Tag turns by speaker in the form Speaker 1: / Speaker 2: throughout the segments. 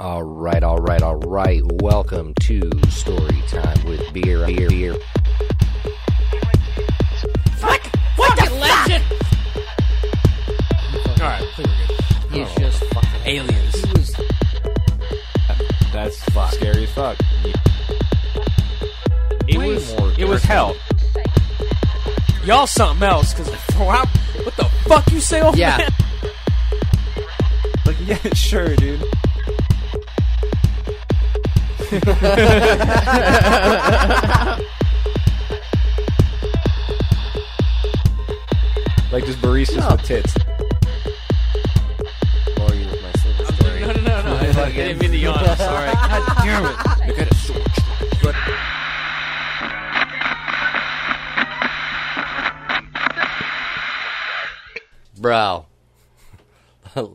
Speaker 1: All right, all right, all right. Welcome to Story Time with Beer, Beer, Beer.
Speaker 2: Fuck! Fucking legend!
Speaker 3: All right, I think we're good.
Speaker 1: He's just fucking
Speaker 2: Aliens.
Speaker 1: He was
Speaker 3: That's scary as fuck. It
Speaker 2: Way
Speaker 3: was
Speaker 1: more
Speaker 3: it
Speaker 1: different.
Speaker 3: was hell.
Speaker 2: Y'all something else, cause for what, what the fuck you say over
Speaker 1: Yeah.
Speaker 2: there?
Speaker 3: Like yeah, sure, dude. like just baristas with tits.
Speaker 1: Oh. boring you with my silver story.
Speaker 2: No, no, no, no. I didn't mean to yawn. I'm sorry. God damn it.
Speaker 3: Look at a sword.
Speaker 1: Bro.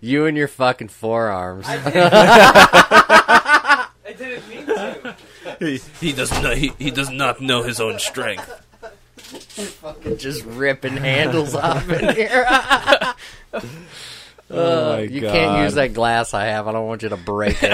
Speaker 1: you and your fucking forearms.
Speaker 2: I didn't mean to.
Speaker 4: He does not. He, he does not know his own strength.
Speaker 1: just ripping handles off in here.
Speaker 3: Oh my
Speaker 1: you
Speaker 3: God.
Speaker 1: can't use that glass I have. I don't want you to break it.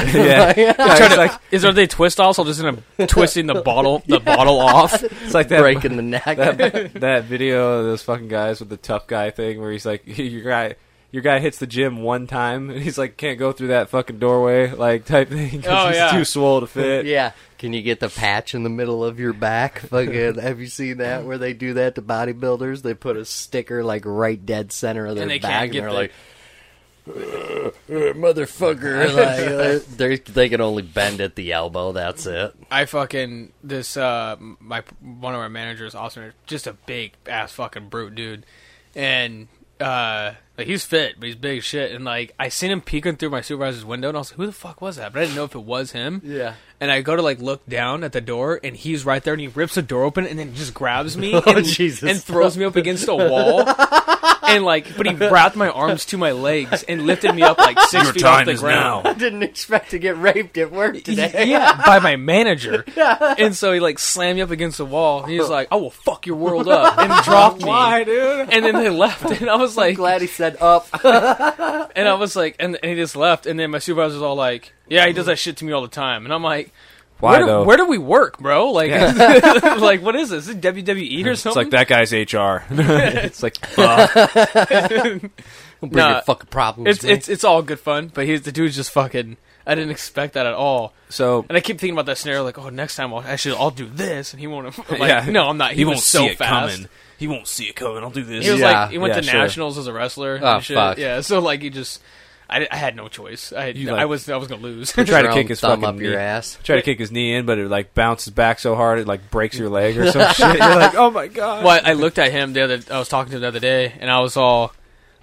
Speaker 3: Yeah, Yeah, it's, like,
Speaker 2: Is are they twist offs? I'm just gonna twisting the bottle the bottle off.
Speaker 3: it's like that
Speaker 1: Breaking the neck.
Speaker 3: that video of those fucking guys with the tough guy thing where he's like your guy your guy hits the gym one time and he's like can't go through that fucking doorway like type thing 'cause
Speaker 2: Oh,
Speaker 3: he's
Speaker 2: yeah.
Speaker 3: too swole to fit
Speaker 1: yeah. Can you get the patch in the middle of your back? Fucking, have you seen that where they do that to bodybuilders? They put a sticker like right dead center of their
Speaker 2: And they can't
Speaker 1: back,
Speaker 2: get
Speaker 1: and they're
Speaker 2: the-
Speaker 1: like, "Uh, "Motherfucker!" like, uh, they they can only bend at the elbow. That's it.
Speaker 5: I fucking this uh my one of our managers Austin just a big ass fucking brute dude and uh like he's fit but he's big as shit and like I seen him peeking through my supervisor's window and I was like who the fuck was that but I didn't know if it was him
Speaker 1: Yeah.
Speaker 5: and I go to like look down at the door and he's right there and he rips the door open and then just grabs me
Speaker 1: Oh,
Speaker 5: and,
Speaker 1: Jesus.
Speaker 5: and throws me up against a wall and like but he wrapped my arms to my legs and lifted me up like six
Speaker 4: Your
Speaker 5: feet off
Speaker 4: time
Speaker 5: the
Speaker 4: is
Speaker 5: ground
Speaker 4: now.
Speaker 1: I didn't expect to get raped at work today.
Speaker 5: yeah, by my manager. And so he like slammed me up against the wall. And he was like, "I will fuck your world up," and dropped me.
Speaker 3: why dude
Speaker 5: And then they left, and I was like,
Speaker 1: Glad he said up.
Speaker 5: and I was like, and, and he just left. And then my supervisor was all like, "Yeah, he does that shit to me all the time." And I'm like,
Speaker 3: why
Speaker 5: "Where do,
Speaker 3: though
Speaker 5: where do we work, bro? Like, like what is this? Is this WWE E or
Speaker 3: it's
Speaker 5: something?"
Speaker 3: like that guy's HR it's like
Speaker 1: Bring
Speaker 5: Nah,
Speaker 1: your fucking problems.
Speaker 5: It's
Speaker 1: to me.
Speaker 5: it's it's all good fun, but he's the dude's just fucking. I didn't expect that at all,
Speaker 3: so
Speaker 5: and I keep thinking about that scenario. Like, oh, next time I'll actually I'll do this, and he won't. Like,
Speaker 3: Yeah.
Speaker 5: no, I'm not. He,
Speaker 4: He
Speaker 5: was
Speaker 4: won't
Speaker 5: so
Speaker 4: see it
Speaker 5: fast.
Speaker 4: coming. He won't see it coming. I'll do this.
Speaker 5: He was
Speaker 1: Yeah,
Speaker 5: like he went
Speaker 3: yeah,
Speaker 5: to
Speaker 3: sure.
Speaker 5: nationals as a wrestler.
Speaker 1: Oh,
Speaker 5: and shit.
Speaker 1: fuck.
Speaker 5: Yeah, so like he just, I, I had no choice. I
Speaker 3: You,
Speaker 5: I
Speaker 3: like-
Speaker 5: was I was gonna lose.
Speaker 3: try to
Speaker 1: Your
Speaker 3: kick
Speaker 1: own
Speaker 3: his
Speaker 1: thumb
Speaker 3: fucking
Speaker 1: up your
Speaker 3: knee.
Speaker 1: ass.
Speaker 3: try to kick his knee in but it like bounces back so hard it like breaks your leg or some shit you're like oh my god
Speaker 5: well, I, I looked at him the other. I was talking to him the other day, and I was all,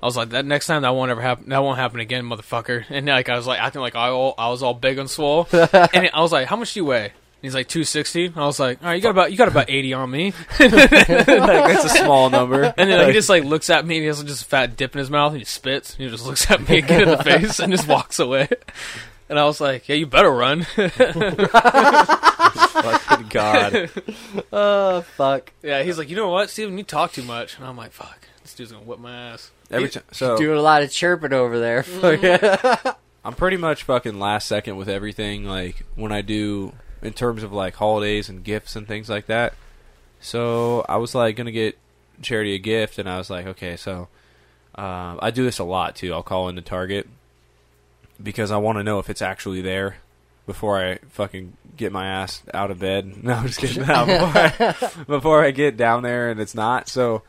Speaker 5: I was like, that next time that won't ever happen. That won't happen again, motherfucker. And like I was like acting like I all, I was all big and swole, and I was like, how much do you weigh? And he's like two sixty. I was like, all right, you got about you got about eighty on me.
Speaker 3: like, that's a small number
Speaker 5: And then like, he just like looks at me and he has just a fat dip in his mouth and he spits and he just looks at me again in the face and just walks away. And I was like, Yeah, you better run.
Speaker 3: fucking god
Speaker 1: Oh fuck.
Speaker 5: yeah, he's like, You know what, Steven, you talk too much and I'm like, Fuck, this dude's gonna whip my ass.
Speaker 3: every time so
Speaker 1: Doing a lot of chirping over there.
Speaker 3: I'm pretty much fucking last second with everything. Like when I do in terms of like holidays and gifts and things like that. So I was like gonna get charity a gift, and I was like, okay, so um, I do this a lot too. I'll call into Target because I want to know if it's actually there before I fucking get my ass out of bed. No, I'm just kidding. No, before, I, before I get down there and it's not. So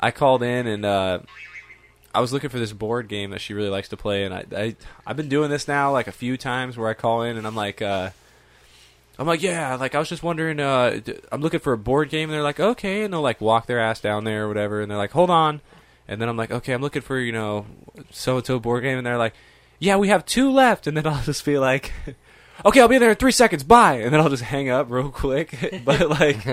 Speaker 3: I called in and uh, I was looking for this board game that she really likes to play, and I, I I've been doing this now like a few times where I call in and I'm like. Uh, I'm like, yeah, like I was just wondering. Uh, d- I'm looking for a board game, and they're like, okay, and they'll like walk their ass down there or whatever, and they're like, hold on, and then I'm like, okay, I'm looking for you know, so and so board game, and they're like, yeah, we have two left, and then I'll just be like, okay, I'll be there in three seconds, bye, and then I'll just hang up real quick. but like,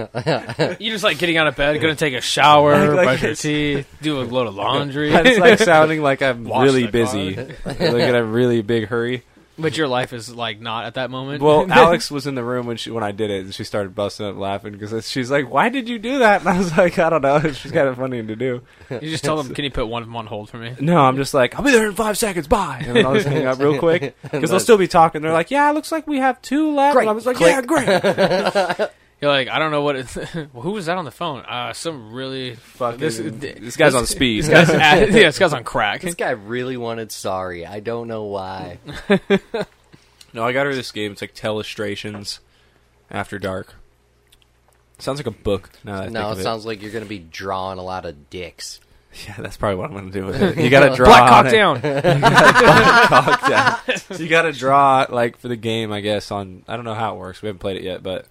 Speaker 5: You're just like getting out of bed, gonna take a shower,
Speaker 3: Like- like
Speaker 5: brush your
Speaker 3: it's-
Speaker 5: teeth, do a load of laundry.
Speaker 3: it's like sounding like I'm
Speaker 5: Wash
Speaker 3: really
Speaker 5: the
Speaker 3: busy, like in a really big hurry.
Speaker 5: But your life is like not at that moment.
Speaker 3: Well, Alex was in the room when she when I did it, and she started busting up laughing because she's like, "Why did you do that?" And I was like, "I don't know. It's just kind of funny to do."
Speaker 5: you just tell them, "Can you put one of them on hold for me?"
Speaker 3: No, I'm just like, "I'll be there in five seconds. Bye." And then I'll just hang up real quick because they'll still be talking. They're like, "Yeah, it looks like we have two left."
Speaker 1: Great.
Speaker 3: And I was like,
Speaker 1: Click.
Speaker 3: "Yeah, great."
Speaker 5: You're like, I don't know what. It's, well, who was that on the phone? Uh, some really
Speaker 3: Fucking-
Speaker 5: This,
Speaker 3: this guy's on speed.
Speaker 5: This guy's at, yeah, this guy's on crack.
Speaker 1: This guy really wanted sorry. I don't know why.
Speaker 3: no, I got her this game. It's like Telestrations After Dark. Sounds like a book. Now that I
Speaker 1: No,
Speaker 3: think
Speaker 1: it
Speaker 3: of
Speaker 1: sounds like you're going to be drawing a lot of dicks.
Speaker 3: Yeah, that's probably what I'm going to do with it. You got to draw
Speaker 5: Black cock
Speaker 3: on it.
Speaker 5: down.
Speaker 3: So you got to draw like for the game, I guess. On I don't know how it works. We haven't played it yet, but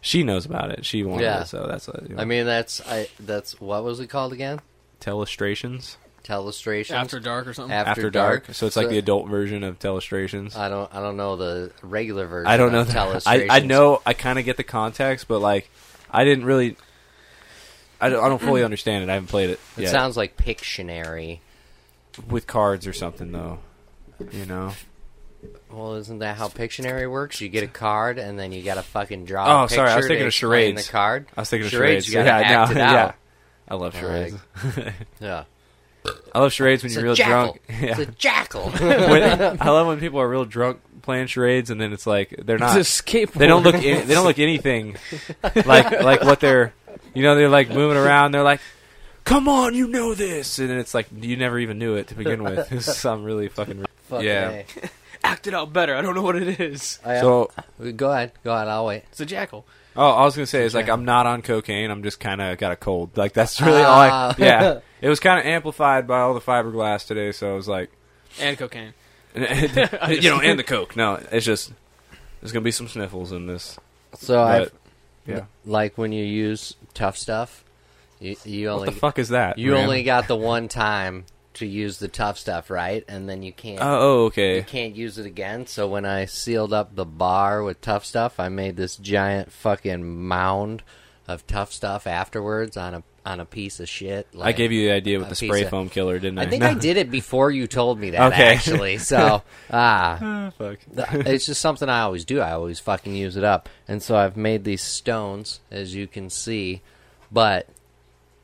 Speaker 3: she knows about it. She wanted
Speaker 1: Yeah.
Speaker 3: it, so that's what, you know.
Speaker 1: I mean, that's I. That's what was it called again?
Speaker 3: Telestrations
Speaker 1: Telestration
Speaker 5: After dark or something.
Speaker 1: After,
Speaker 3: After Dark. So it's like the adult version of Telestrations.
Speaker 1: I don't. I don't know the regular version.
Speaker 3: I don't know.
Speaker 1: of
Speaker 3: That. I I
Speaker 1: Telestrations.
Speaker 3: know. I kind of get the context, but like I didn't really. I don't, I don't fully understand it. I haven't played it.
Speaker 1: It
Speaker 3: yet.
Speaker 1: sounds like Pictionary.
Speaker 3: with cards or something though. You know.
Speaker 1: Well, isn't that how Pictionary works? You get a card, and then you got to fucking draw.
Speaker 3: Oh,
Speaker 1: a picture
Speaker 3: sorry, I was
Speaker 1: to
Speaker 3: thinking of
Speaker 1: explain
Speaker 3: charades.
Speaker 1: The card.
Speaker 3: I was thinking of
Speaker 1: Charades,
Speaker 3: charades.
Speaker 1: you gotta act
Speaker 3: no,
Speaker 1: it out.
Speaker 3: yeah. I love charades.
Speaker 1: Yeah,
Speaker 3: I love charades when
Speaker 1: it's
Speaker 3: you're
Speaker 1: a
Speaker 3: real
Speaker 1: jackal.
Speaker 3: drunk. Yeah.
Speaker 1: It's a jackal.
Speaker 3: When- I love when people are real drunk playing charades, and then it's like they're not.
Speaker 5: It's a skateboard.
Speaker 3: They don't look. Any, they don't look anything like like what they're. You know, they're like moving around. They're like, "Come on, you know this," and then it's like you never even knew it to begin with. This is some really fucking.
Speaker 1: Fuck
Speaker 3: Yeah.
Speaker 1: me.
Speaker 5: act it out better. I don't know what it is.
Speaker 1: I-
Speaker 3: So,
Speaker 1: go ahead. Go ahead. I'll wait.
Speaker 5: It's a jackal.
Speaker 3: oh, I was gonna say is like I'm not on cocaine. I'm just kind of got a cold. Like that's really all. I,
Speaker 1: Ah.
Speaker 3: yeah, it was kind of amplified by all the fiberglass today. So I was like,
Speaker 5: And cocaine.
Speaker 3: Uh, you know, and the coke. No, it's just there's gonna be some sniffles in this.
Speaker 1: So I
Speaker 3: But, yeah.
Speaker 1: like when you use tough stuff. You, you only
Speaker 3: What the fuck is that?
Speaker 1: You
Speaker 3: man?
Speaker 1: only got the one time to use the tough stuff, right? And then you can't
Speaker 3: Oh, oh,
Speaker 1: you
Speaker 3: okay.
Speaker 1: can't use it again. So when I sealed up the bar with tough stuff, I made this giant fucking mound of tough stuff afterwards on a on a piece of shit.
Speaker 3: I gave you the idea with
Speaker 1: A
Speaker 3: the
Speaker 1: piece
Speaker 3: spray
Speaker 1: of-
Speaker 3: foam killer, didn't I?
Speaker 1: I think
Speaker 3: No.
Speaker 1: I did it before you told me that
Speaker 3: Okay.
Speaker 1: actually. So ah,
Speaker 3: Fuck.
Speaker 1: it's just something I always do. I always fucking use it up. And so I've made these stones, as you can see, but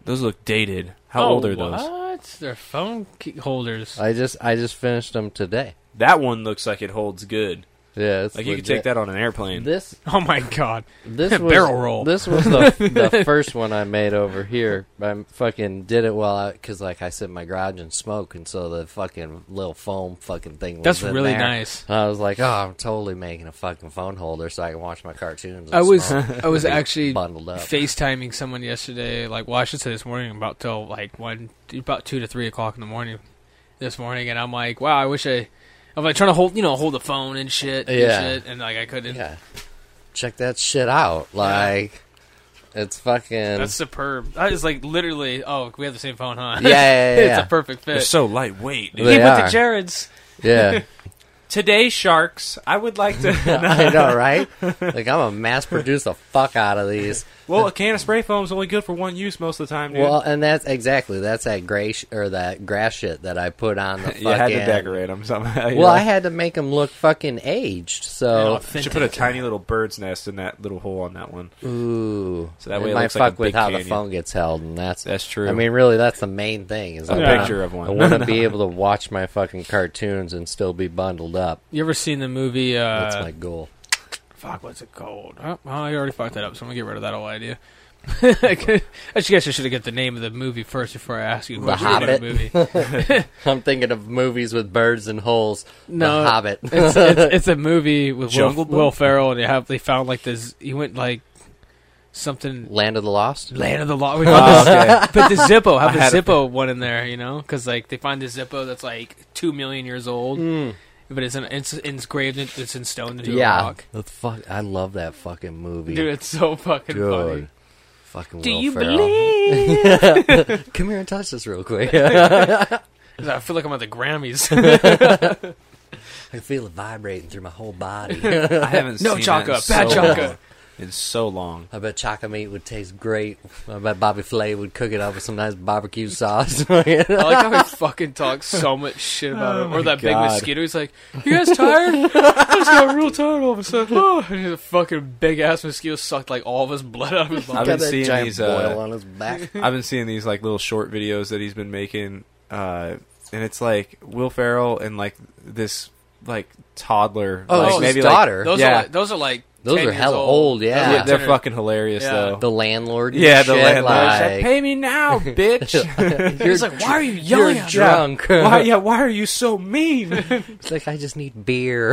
Speaker 3: Those look dated. How old are those?
Speaker 5: Oh, What? They're phone key holders.
Speaker 1: I just I just finished them today.
Speaker 3: That one looks like it holds good.
Speaker 1: Yeah, it's
Speaker 3: Like you could
Speaker 1: legit.
Speaker 3: take that on an airplane.
Speaker 1: This
Speaker 5: Oh my god.
Speaker 1: This was,
Speaker 5: Barrel roll.
Speaker 1: This was the, the first one I made over here. I fucking did it while because like I sit in my garage and smoke, and so the fucking little foam fucking thing. Was
Speaker 5: That's
Speaker 1: in
Speaker 5: really
Speaker 1: there.
Speaker 5: nice.
Speaker 1: And I was like, oh, I'm totally making a fucking phone holder so I can watch my cartoons. And
Speaker 5: I was
Speaker 1: smoke.
Speaker 5: I was actually
Speaker 1: bundled up.
Speaker 5: FaceTiming someone yesterday, like well I should say this morning, about till like one about two to three o'clock in the morning this morning and I'm like, Wow, I wish I I'm like trying to hold you know, hold the phone and shit and
Speaker 1: Yeah.
Speaker 5: shit and like I couldn't
Speaker 1: yeah, check that shit out. Like, it's fucking.
Speaker 5: That's superb. That is like literally oh, we have the same phone, huh?
Speaker 1: Yeah, yeah, yeah,
Speaker 5: it's
Speaker 1: yeah.
Speaker 5: a perfect fit.
Speaker 3: They're so lightweight. dude.
Speaker 1: They
Speaker 5: he went
Speaker 1: are.
Speaker 5: to Jared's.
Speaker 1: yeah,
Speaker 3: Today, sharks. I would like to.
Speaker 1: I know, right? Like, I'm gonna mass produce the fuck out of these.
Speaker 3: well, a can of spray foam is only good for one use most of the time, dude.
Speaker 1: Well, and that's exactly that's that gray sh- or that grass shit that I put on the fucking.
Speaker 3: you had to decorate them somehow.
Speaker 1: Well, I had to make them look fucking aged, so
Speaker 3: You should put a tiny little bird's nest in that little hole on that one.
Speaker 1: ooh,
Speaker 3: So that
Speaker 1: it
Speaker 3: way it
Speaker 1: might
Speaker 3: looks
Speaker 1: fuck
Speaker 3: like a
Speaker 1: with
Speaker 3: big
Speaker 1: how the
Speaker 3: canyon.
Speaker 1: phone gets held, and that's
Speaker 3: That's true.
Speaker 1: I mean, really, that's the main thing is I
Speaker 3: A
Speaker 1: wanna-
Speaker 3: picture of one.
Speaker 1: I want to be able to watch my fucking cartoons and still be bundled up.
Speaker 5: You ever seen the movie uh
Speaker 1: That's my goal.
Speaker 5: Fuck, what's it called? Oh, well, I already fucked that up, so I'm gonna get rid of that whole idea. I could- I just guess I should have got the name of the movie first before I ask you.
Speaker 1: The
Speaker 5: what's name of
Speaker 1: Hobbit.
Speaker 5: the movie.
Speaker 1: I'm thinking of movies with birds and holes.
Speaker 5: No,
Speaker 1: the Hobbit.
Speaker 5: it's, it's, it's a movie with Will,
Speaker 3: Jungle Book?
Speaker 5: Will Ferrell, and they have they found like this. He went like something
Speaker 1: Land of the Lost.
Speaker 5: Land of the Lost.
Speaker 3: Oh, okay.
Speaker 5: But the Zippo, have the
Speaker 3: had it.
Speaker 5: Zippo one in there, you know, because like they find the Zippo that's like two million years old, but it's, in, it's engraved, in- it's in stone into a
Speaker 1: Hmm. Yeah,
Speaker 5: rock.
Speaker 1: the fuck. I love that fucking movie,
Speaker 5: Dude, it's so fucking
Speaker 1: Good.
Speaker 5: funny.
Speaker 1: Fucking
Speaker 5: Do
Speaker 1: Will
Speaker 5: you
Speaker 1: Ferrell.
Speaker 5: believe?
Speaker 1: Come here and touch this real quick.
Speaker 5: 'Cause I feel like I'm at the Grammys.
Speaker 1: I feel it vibrating through my whole body.
Speaker 3: I haven't
Speaker 5: No
Speaker 3: seen
Speaker 5: Chaka,
Speaker 3: that in
Speaker 5: bad
Speaker 3: so
Speaker 5: Chaka.
Speaker 3: long. in so long.
Speaker 1: I bet chocolate meat would taste great. I bet Bobby Flay would cook it up with some nice barbecue sauce.
Speaker 5: I like how he fucking talks so much shit about
Speaker 3: Oh
Speaker 5: it.
Speaker 3: my
Speaker 5: Or that big
Speaker 3: God.
Speaker 5: mosquito. He's like, "You guys tired? I just got real tired all of a sudden." Oh, and the fucking big ass mosquito sucked like all of his blood out of his
Speaker 3: I've
Speaker 5: body.
Speaker 3: been
Speaker 1: Got that
Speaker 3: seeing
Speaker 1: giant
Speaker 3: these, uh,
Speaker 1: boil on his back.
Speaker 3: I've been seeing these like little short videos that he's been making, uh, and it's like Will Ferrell and like this like toddler.
Speaker 1: Oh,
Speaker 3: like,
Speaker 5: his
Speaker 3: like-
Speaker 1: daughter.
Speaker 5: Those
Speaker 3: yeah.
Speaker 5: are like, those are like
Speaker 1: Those
Speaker 5: 10
Speaker 1: are
Speaker 5: years
Speaker 1: hella old, yeah.
Speaker 5: Those are
Speaker 3: yeah,
Speaker 5: like
Speaker 3: they're
Speaker 5: 10 or-
Speaker 3: fucking hilarious
Speaker 5: Yeah.
Speaker 3: though.
Speaker 1: the landlord. and
Speaker 3: yeah, the
Speaker 1: shit,
Speaker 3: landlord.
Speaker 1: Like,
Speaker 3: Pay me now, bitch.
Speaker 1: you're
Speaker 5: He's like, "Why are you
Speaker 1: you're
Speaker 5: yelling at me?"
Speaker 1: drunk.
Speaker 3: why? Yeah, why are you so mean?
Speaker 1: It's like I just need beer.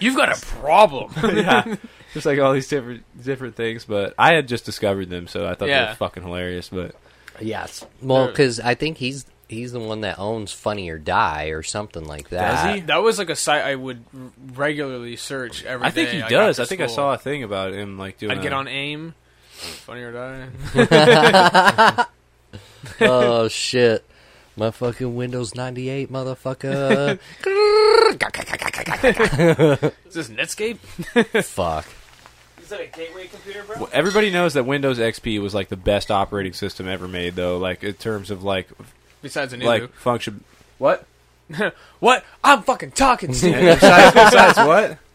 Speaker 5: You've got a problem.
Speaker 3: yeah. Just like all these different different things, but I had just discovered them, so I thought they
Speaker 5: Yeah.
Speaker 3: were fucking hilarious. But
Speaker 1: yes. Well, because I think he's he's the one that owns Funny or Die or something like that.
Speaker 5: That- That was like a site I would r- regularly search every day.
Speaker 3: I think he
Speaker 5: like,
Speaker 3: does.
Speaker 5: after
Speaker 3: I think I
Speaker 5: school.
Speaker 3: saw a thing about him like doing.
Speaker 5: I'd get
Speaker 3: a-
Speaker 5: on AIM. Funny or die.
Speaker 1: oh shit. My fucking Windows 98, motherfucker.
Speaker 5: Is this Netscape?
Speaker 1: Fuck.
Speaker 5: Is that a gateway computer, bro?
Speaker 3: Well, Everybody knows that Windows XP was like the best operating system ever made, though. Like in terms of like
Speaker 5: Besides Anugu.
Speaker 3: like function. What?
Speaker 5: what? I'm fucking talking to you.
Speaker 3: besides, besides what?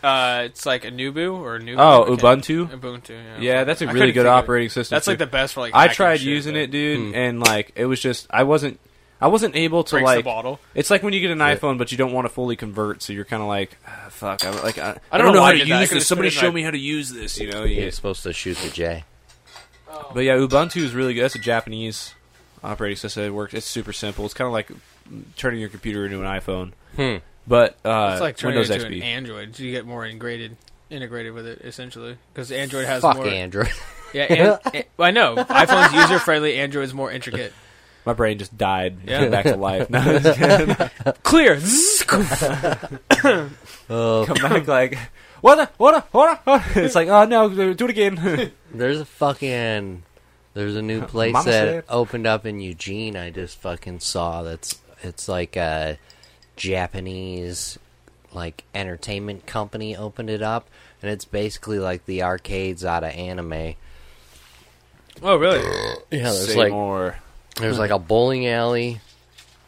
Speaker 5: Uh, it's like Anubu or Anubu.
Speaker 3: Oh,
Speaker 5: I can't-
Speaker 3: Ubuntu.
Speaker 5: Ubuntu. Yeah,
Speaker 3: Yeah, that's a
Speaker 5: I
Speaker 3: really
Speaker 5: couldn't
Speaker 3: good
Speaker 5: think of it.
Speaker 3: operating system.
Speaker 5: That's
Speaker 3: too.
Speaker 5: like the best for like.
Speaker 3: I
Speaker 5: hacking
Speaker 3: tried
Speaker 5: shit,
Speaker 3: using
Speaker 5: but
Speaker 3: it, dude, and like it was just I wasn't I wasn't able to
Speaker 5: Breaks
Speaker 3: like uh,
Speaker 5: the bottle.
Speaker 3: It's like when you get an iPhone, but you don't want to fully convert, so you're kind of like, ah, "Fuck, I, like I,
Speaker 5: I
Speaker 3: I
Speaker 5: don't
Speaker 3: don't,
Speaker 5: know
Speaker 3: know
Speaker 5: why
Speaker 3: how
Speaker 5: I
Speaker 3: to
Speaker 5: did that. I
Speaker 3: use
Speaker 5: could've
Speaker 3: this. Somebody
Speaker 5: just put it
Speaker 3: show
Speaker 5: in
Speaker 3: me how to use this." You know,
Speaker 1: You're
Speaker 3: you,
Speaker 1: supposed to shoot the J.
Speaker 3: but yeah, Ubuntu is really good. That's a Japanese operating system. It works. It's super simple. It's kind of like turning your computer into an iPhone,
Speaker 1: Hmm.
Speaker 3: but uh,
Speaker 5: It's like turning
Speaker 3: Windows
Speaker 5: it into an
Speaker 3: XP.
Speaker 5: Android. You get more integrated, integrated with it essentially because Android has
Speaker 1: Fuck
Speaker 5: more.
Speaker 1: Android.
Speaker 5: Yeah, and, and- well, I know. iPhone's user friendly. Android's more intricate.
Speaker 3: My brain just died.
Speaker 5: Yeah.
Speaker 3: Came back to life. No, I'm just kidding.
Speaker 5: Clear. Zzz.
Speaker 1: Oh,
Speaker 3: Come back like what? A, what? A, what? A, It's like oh no, do it again.
Speaker 1: there's a fucking there's a new place
Speaker 3: Mama
Speaker 1: that
Speaker 3: said.
Speaker 1: opened up in Eugene. I just fucking saw that's it's like a Japanese like entertainment company opened it up, and it's basically like the arcades out of anime.
Speaker 5: Oh, really?
Speaker 1: Yeah, there's
Speaker 3: Say
Speaker 1: like
Speaker 3: more.
Speaker 1: There's like a bowling alley,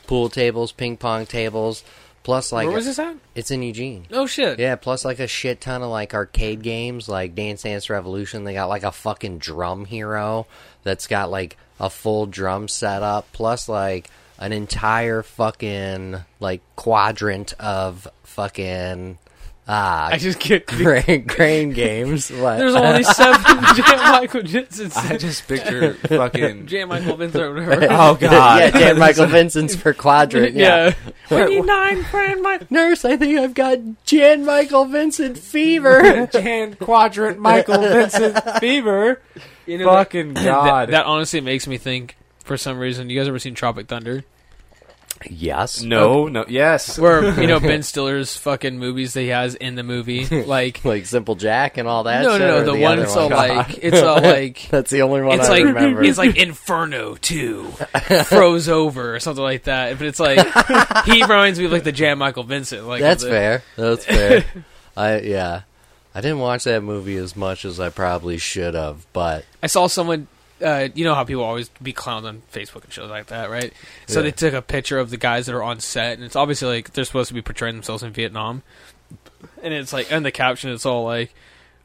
Speaker 1: pool tables, ping pong tables, plus like
Speaker 5: Where was this at?
Speaker 1: it's in Eugene.
Speaker 5: Oh shit.
Speaker 1: Yeah, plus like a shit ton of like arcade games like Dance Dance Revolution. They got like a fucking drum hero that's got like a full drum setup, plus like an entire fucking like quadrant of fucking ah
Speaker 5: I just get.
Speaker 1: grain, grain games. Like,
Speaker 5: There's only seven Jan Michael Jensen's.
Speaker 3: I just picture fucking
Speaker 5: Jan Michael Vincent or whatever.
Speaker 3: Oh God!
Speaker 1: yeah, Dan Michael Vincent's for quadrant. yeah.
Speaker 5: We need nine grand Michael.
Speaker 1: Nurse, I think I've got Jan Michael Vincent fever.
Speaker 3: Jan Quadrant Michael Vincent Fever.
Speaker 5: You know,
Speaker 3: Fucking
Speaker 5: that,
Speaker 3: God!
Speaker 5: that honestly makes me think. For some reason, you guys ever seen Tropic Thunder?
Speaker 1: yes.
Speaker 3: no, no, yes.
Speaker 5: Where you know Ben Stiller's fucking movies that he has in the movie, like
Speaker 1: Like Simple Jack and all that.
Speaker 5: no, no,
Speaker 1: shit,
Speaker 5: no,
Speaker 1: or
Speaker 5: the,
Speaker 1: other
Speaker 5: one it's all like it's all like
Speaker 1: That's the only one
Speaker 5: it's
Speaker 1: I
Speaker 5: like
Speaker 1: remember.
Speaker 5: it's like Inferno Two, froze over or something like that. But it's like he reminds me of like the Jan Michael Vincent. Like
Speaker 1: That's
Speaker 5: the,
Speaker 1: fair. That's fair. I yeah. I didn't watch that movie as much as I probably should have, but
Speaker 5: I saw someone. Uh, you know how people always be clowns on Facebook and shows like that, right? So
Speaker 1: Yeah.
Speaker 5: they took a picture of the guys that are on set, and it's obviously like they're supposed to be portraying themselves in Vietnam, and it's like in the caption, it's all like,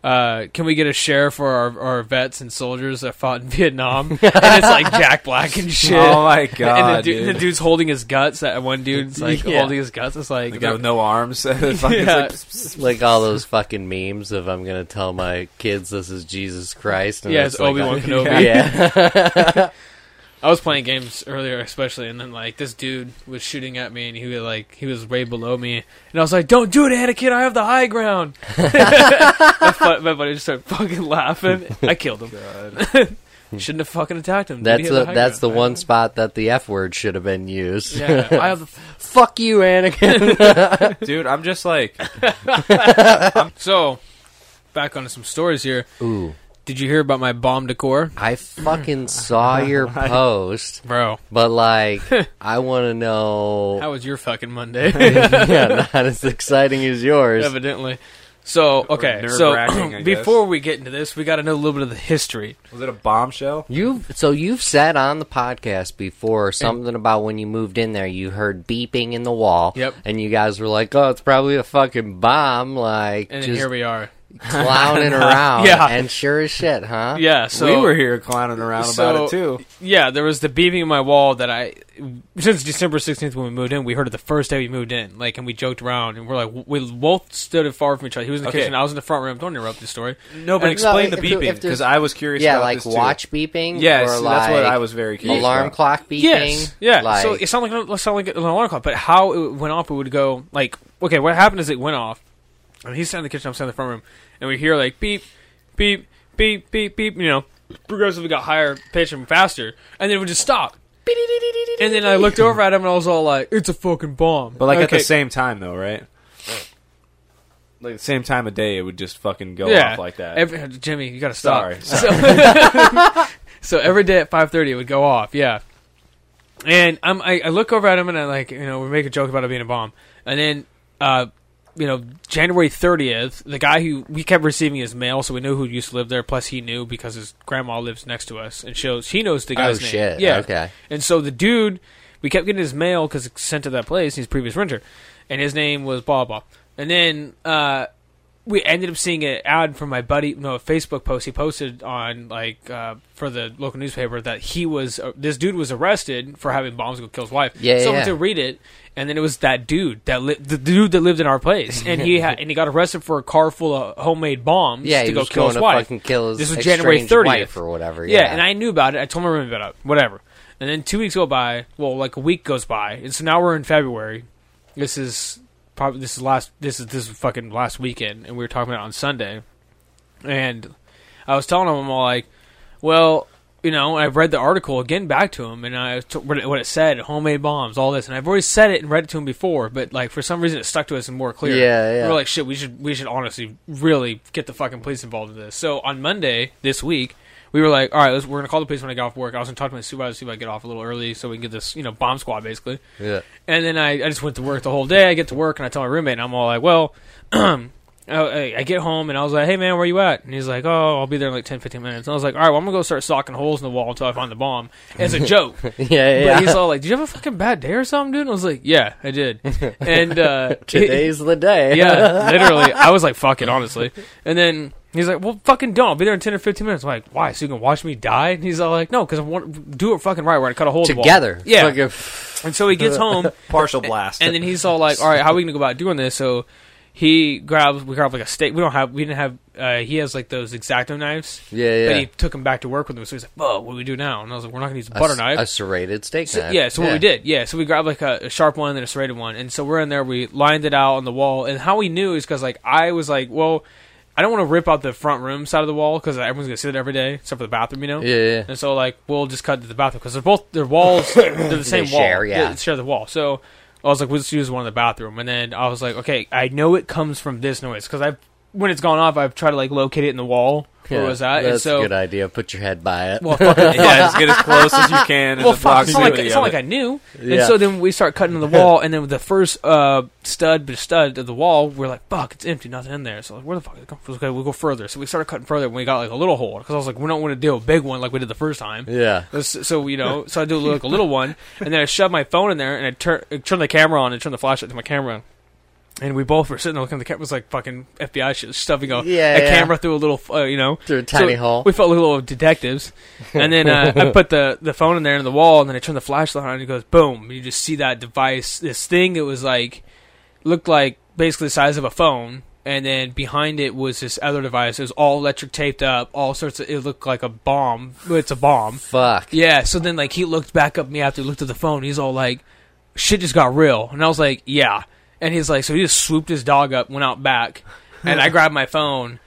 Speaker 5: uh, "Can we get a share for our, our vets and soldiers that fought in Vietnam?" and it's like Jack Black and shit.
Speaker 3: Oh my God!
Speaker 5: and the, dude,
Speaker 3: dude.
Speaker 5: the dude's holding his guts. That one dude's like
Speaker 1: Yeah.
Speaker 5: holding his guts. It's like
Speaker 3: The guy with no arms. Fucking
Speaker 5: Yeah.
Speaker 3: like, pss, pss, pss.
Speaker 1: like all those fucking memes of I'm gonna tell my kids this is Jesus Christ. And
Speaker 5: Yeah, it's
Speaker 1: like,
Speaker 5: Obi-Wan Kenobi.
Speaker 1: Yeah.
Speaker 5: I was playing games earlier, especially, and then like this dude was shooting at me, and he was like, he was way below me, and I was like, "Don't do it, Anakin! I have the high ground." my, fu- my buddy just started fucking laughing. I killed him. Shouldn't have fucking attacked him. dude.
Speaker 1: That's
Speaker 5: He had
Speaker 1: the
Speaker 5: high
Speaker 1: that's the
Speaker 5: ground.
Speaker 1: one spot that the F word should have been used.
Speaker 5: Yeah, I have. The
Speaker 1: Fuck you, Anakin.
Speaker 3: dude, I'm just like
Speaker 5: so, back onto some stories here.
Speaker 1: Ooh.
Speaker 5: Did you hear about my bomb decor,
Speaker 1: I fucking saw your post,
Speaker 5: bro?
Speaker 1: but like, I want to know.
Speaker 5: How was your fucking Monday?
Speaker 1: yeah, not as exciting as yours.
Speaker 5: Evidently, So okay,
Speaker 3: nerve-wracking, I
Speaker 5: so
Speaker 3: guess.
Speaker 5: before we get into this, we got to know a little bit of the history.
Speaker 3: Was it a bombshell?
Speaker 1: You've so you've said on the podcast before something about when you moved in there, you heard beeping in the wall.
Speaker 5: Yep.
Speaker 1: And you guys were like, "Oh, it's probably a fucking bomb!" Like
Speaker 5: And
Speaker 1: just
Speaker 5: here we are.
Speaker 1: clowning around.
Speaker 5: Yeah.
Speaker 1: And sure as shit, huh?
Speaker 5: Yeah, so
Speaker 3: we were here clowning around about
Speaker 5: so-
Speaker 3: it too.
Speaker 5: Yeah, there was the beeping in my wall that I since December sixteenth when we moved in, we heard it the first day we moved in. Like, and we joked around and we're like, we both stood far from each other. He was in the
Speaker 3: Okay.
Speaker 5: kitchen, I was in the front room. Don't interrupt the story.
Speaker 3: No, but
Speaker 5: And-
Speaker 3: explain
Speaker 1: No,
Speaker 3: the
Speaker 1: if you-
Speaker 3: beeping
Speaker 1: if there's-
Speaker 3: because I was curious.
Speaker 1: Yeah,
Speaker 3: about
Speaker 1: like
Speaker 3: this, too.
Speaker 1: watch beeping.
Speaker 3: Yes,
Speaker 1: or
Speaker 3: that's
Speaker 1: like
Speaker 3: what I was very curious.
Speaker 1: alarm
Speaker 3: about.
Speaker 1: clock beeping.
Speaker 5: Yes, yeah.
Speaker 1: Like,
Speaker 5: so it sounded like, an, it sounded like an alarm clock, but how it went off, it would go like, okay, what happened is it went off, and he's sitting in the kitchen, I'm sitting in the front room, and we hear like beep, beep, beep, beep, beep. You know, progressively got higher pitch and faster, and then it would just stop. And then I looked over at him and I was all like, "It's a fucking bomb."
Speaker 3: But like at the
Speaker 5: Okay.
Speaker 3: same time though, right? Like the same time of day, it would just fucking go
Speaker 5: yeah,
Speaker 3: off like that.
Speaker 5: Every, Jimmy, you gotta stop.
Speaker 3: Sorry,
Speaker 5: So, so every day at five thirty, it would go off. Yeah, and I'm, I, I look over at him and I like, you know, we make a joke about it being a bomb, and then, uh, you know, January thirtieth, the guy who we kept receiving his mail, so we knew who used to live there. Plus, he knew because his grandma lives next to us, and shows he knows the
Speaker 1: oh
Speaker 5: guy's name.
Speaker 1: shit.
Speaker 5: Yeah,
Speaker 1: Okay.
Speaker 5: and so the dude, we kept getting his mail because it's sent to that place, his previous renter, and his name was blah blah. And then uh, we ended up seeing an ad from my buddy, no, a Facebook post he posted on like uh, for the local newspaper that he was uh, this dude was arrested for having bombs go kill his wife.
Speaker 1: Yeah, yeah,
Speaker 5: so I went
Speaker 1: yeah.
Speaker 5: to read it, and then it was that dude that li- the dude that lived in our place, and he had and he got arrested for a car full of homemade bombs.
Speaker 1: Yeah,
Speaker 5: to
Speaker 1: he
Speaker 5: go
Speaker 1: was
Speaker 5: kill
Speaker 1: going
Speaker 5: his
Speaker 1: to
Speaker 5: wife.
Speaker 1: fucking kill his
Speaker 5: This was January
Speaker 1: estranged wife
Speaker 5: thirtieth
Speaker 1: or whatever,
Speaker 5: Yeah,
Speaker 1: yeah.
Speaker 5: and I knew about it. I told my roommate about it. Whatever. And then two weeks go by. Well, like a week goes by, and so now we're in February. This is probably this is last. This is this is fucking last weekend, and we were talking about it on Sunday. And I was telling him, I'm all like, well, you know, I've read the article again back to him, and I t- what, it, what it said, homemade bombs, all this, and I've already said it and read it to him before, but like for some reason it stuck to us and more clear.
Speaker 1: Yeah, yeah.
Speaker 5: We We're like, shit, we should we should honestly really get the fucking police involved in this. So on Monday this week. We were like, all right, let's, we're gonna call the police when I get off work. I was gonna talk to my supervisor, see if I could get off a little early, so we can get this, you know, bomb squad basically.
Speaker 1: Yeah.
Speaker 5: And then I, I just went to work the whole day. I get to work and I tell my roommate, and I'm all like, well, I, I get home and I was like, hey, man, where you at? And he's like, oh, I'll be there in like 10, 15 minutes. And I was like, all right, well, I'm going to go start socking holes in the wall until I find the bomb as a joke.
Speaker 1: Yeah, yeah.
Speaker 5: But he's all like, did you have a fucking bad day or something, dude? And I was like, yeah, I did. And uh,
Speaker 1: Today's the day.
Speaker 5: yeah, literally. I was like, fuck it, honestly. And then he's like, well, fucking don't. I'll be there in 10 or 15 minutes. I'm like, why? So you can watch me die? And he's all like, no, because I want do it fucking right. We're going to cut a hole in the wall."
Speaker 1: Together.
Speaker 5: Yeah.
Speaker 1: Fucking-
Speaker 5: And so he gets home
Speaker 3: partial blast.
Speaker 5: and then he's all like, "All right, how are we gonna go about doing this?" So he grabs, we grab like a steak. We don't have, we didn't have. Uh, he has like those exacto knives.
Speaker 1: Yeah, yeah.
Speaker 5: But he took them back to work with him. So he's like, "Fuck, what do we do now?" And I was like, "We're not gonna use a
Speaker 1: a
Speaker 5: butter
Speaker 1: s-
Speaker 5: knife."
Speaker 1: A serrated steak
Speaker 5: So-
Speaker 1: knife.
Speaker 5: yeah, so what we did, yeah, so we grabbed like a, a sharp one and then a serrated one, and so we're in there. We lined it out on the wall, and how we knew is because like I was like, well, I don't want to rip out the front room side of the wall because everyone's gonna see it every day except for the bathroom, you know.
Speaker 1: Yeah, yeah.
Speaker 5: And so like we'll just cut to the bathroom because they're both their walls they're the same wall.
Speaker 1: share, yeah.
Speaker 5: they share the wall. So I was like, we'll just use one in the bathroom, and then I was like, okay, I know it comes from this noise because I've when it's gone off, I've tried to like locate it in the wall. Where
Speaker 1: Yeah,
Speaker 5: was that?
Speaker 1: That's
Speaker 5: and so
Speaker 1: a good idea. Put your head by it.
Speaker 5: well, fucking
Speaker 3: yeah, just get as close as you can.
Speaker 5: well,
Speaker 3: in the
Speaker 5: fuck, it's not like,
Speaker 3: proximity
Speaker 5: it's not like
Speaker 3: of it.
Speaker 5: I knew. And
Speaker 1: Yeah.
Speaker 5: so then we start cutting the wall, and then the first uh, stud, but stud of the wall, we're like, fuck, it's empty, nothing in there. So like, where the fuck? It come from? Okay, we'll go further. So we started cutting further, and we got like a little hole because I was like, we don't want to do a big one like we did the first time.
Speaker 1: yeah.
Speaker 5: Let's- So you know, so I do like a little one, and then I shove my phone in there, and I turn I turn the camera on, and turn the flashlight to my camera. And we both were sitting there looking at the camera. It was like fucking FBI shit, stuffing a,
Speaker 1: Yeah,
Speaker 5: a
Speaker 1: yeah.
Speaker 5: camera through a little, uh, you know,
Speaker 1: Through a tiny hole.
Speaker 5: We felt like little detectives. And then uh, I put the, the phone in there in the wall, and then I turned the flashlight on, and it goes boom. You just see that device, this thing that was like, looked like basically the size of a phone. And then behind it was this other device. It was all electric taped up, all sorts of. It looked like a bomb. It's a bomb.
Speaker 1: Fuck.
Speaker 5: Yeah, so then like he looked back up at me after he looked at the phone. He's all like, "Shit just got real," and I was like, "Yeah." And he's like, so he just swooped his dog up, went out back, and I grabbed my phone.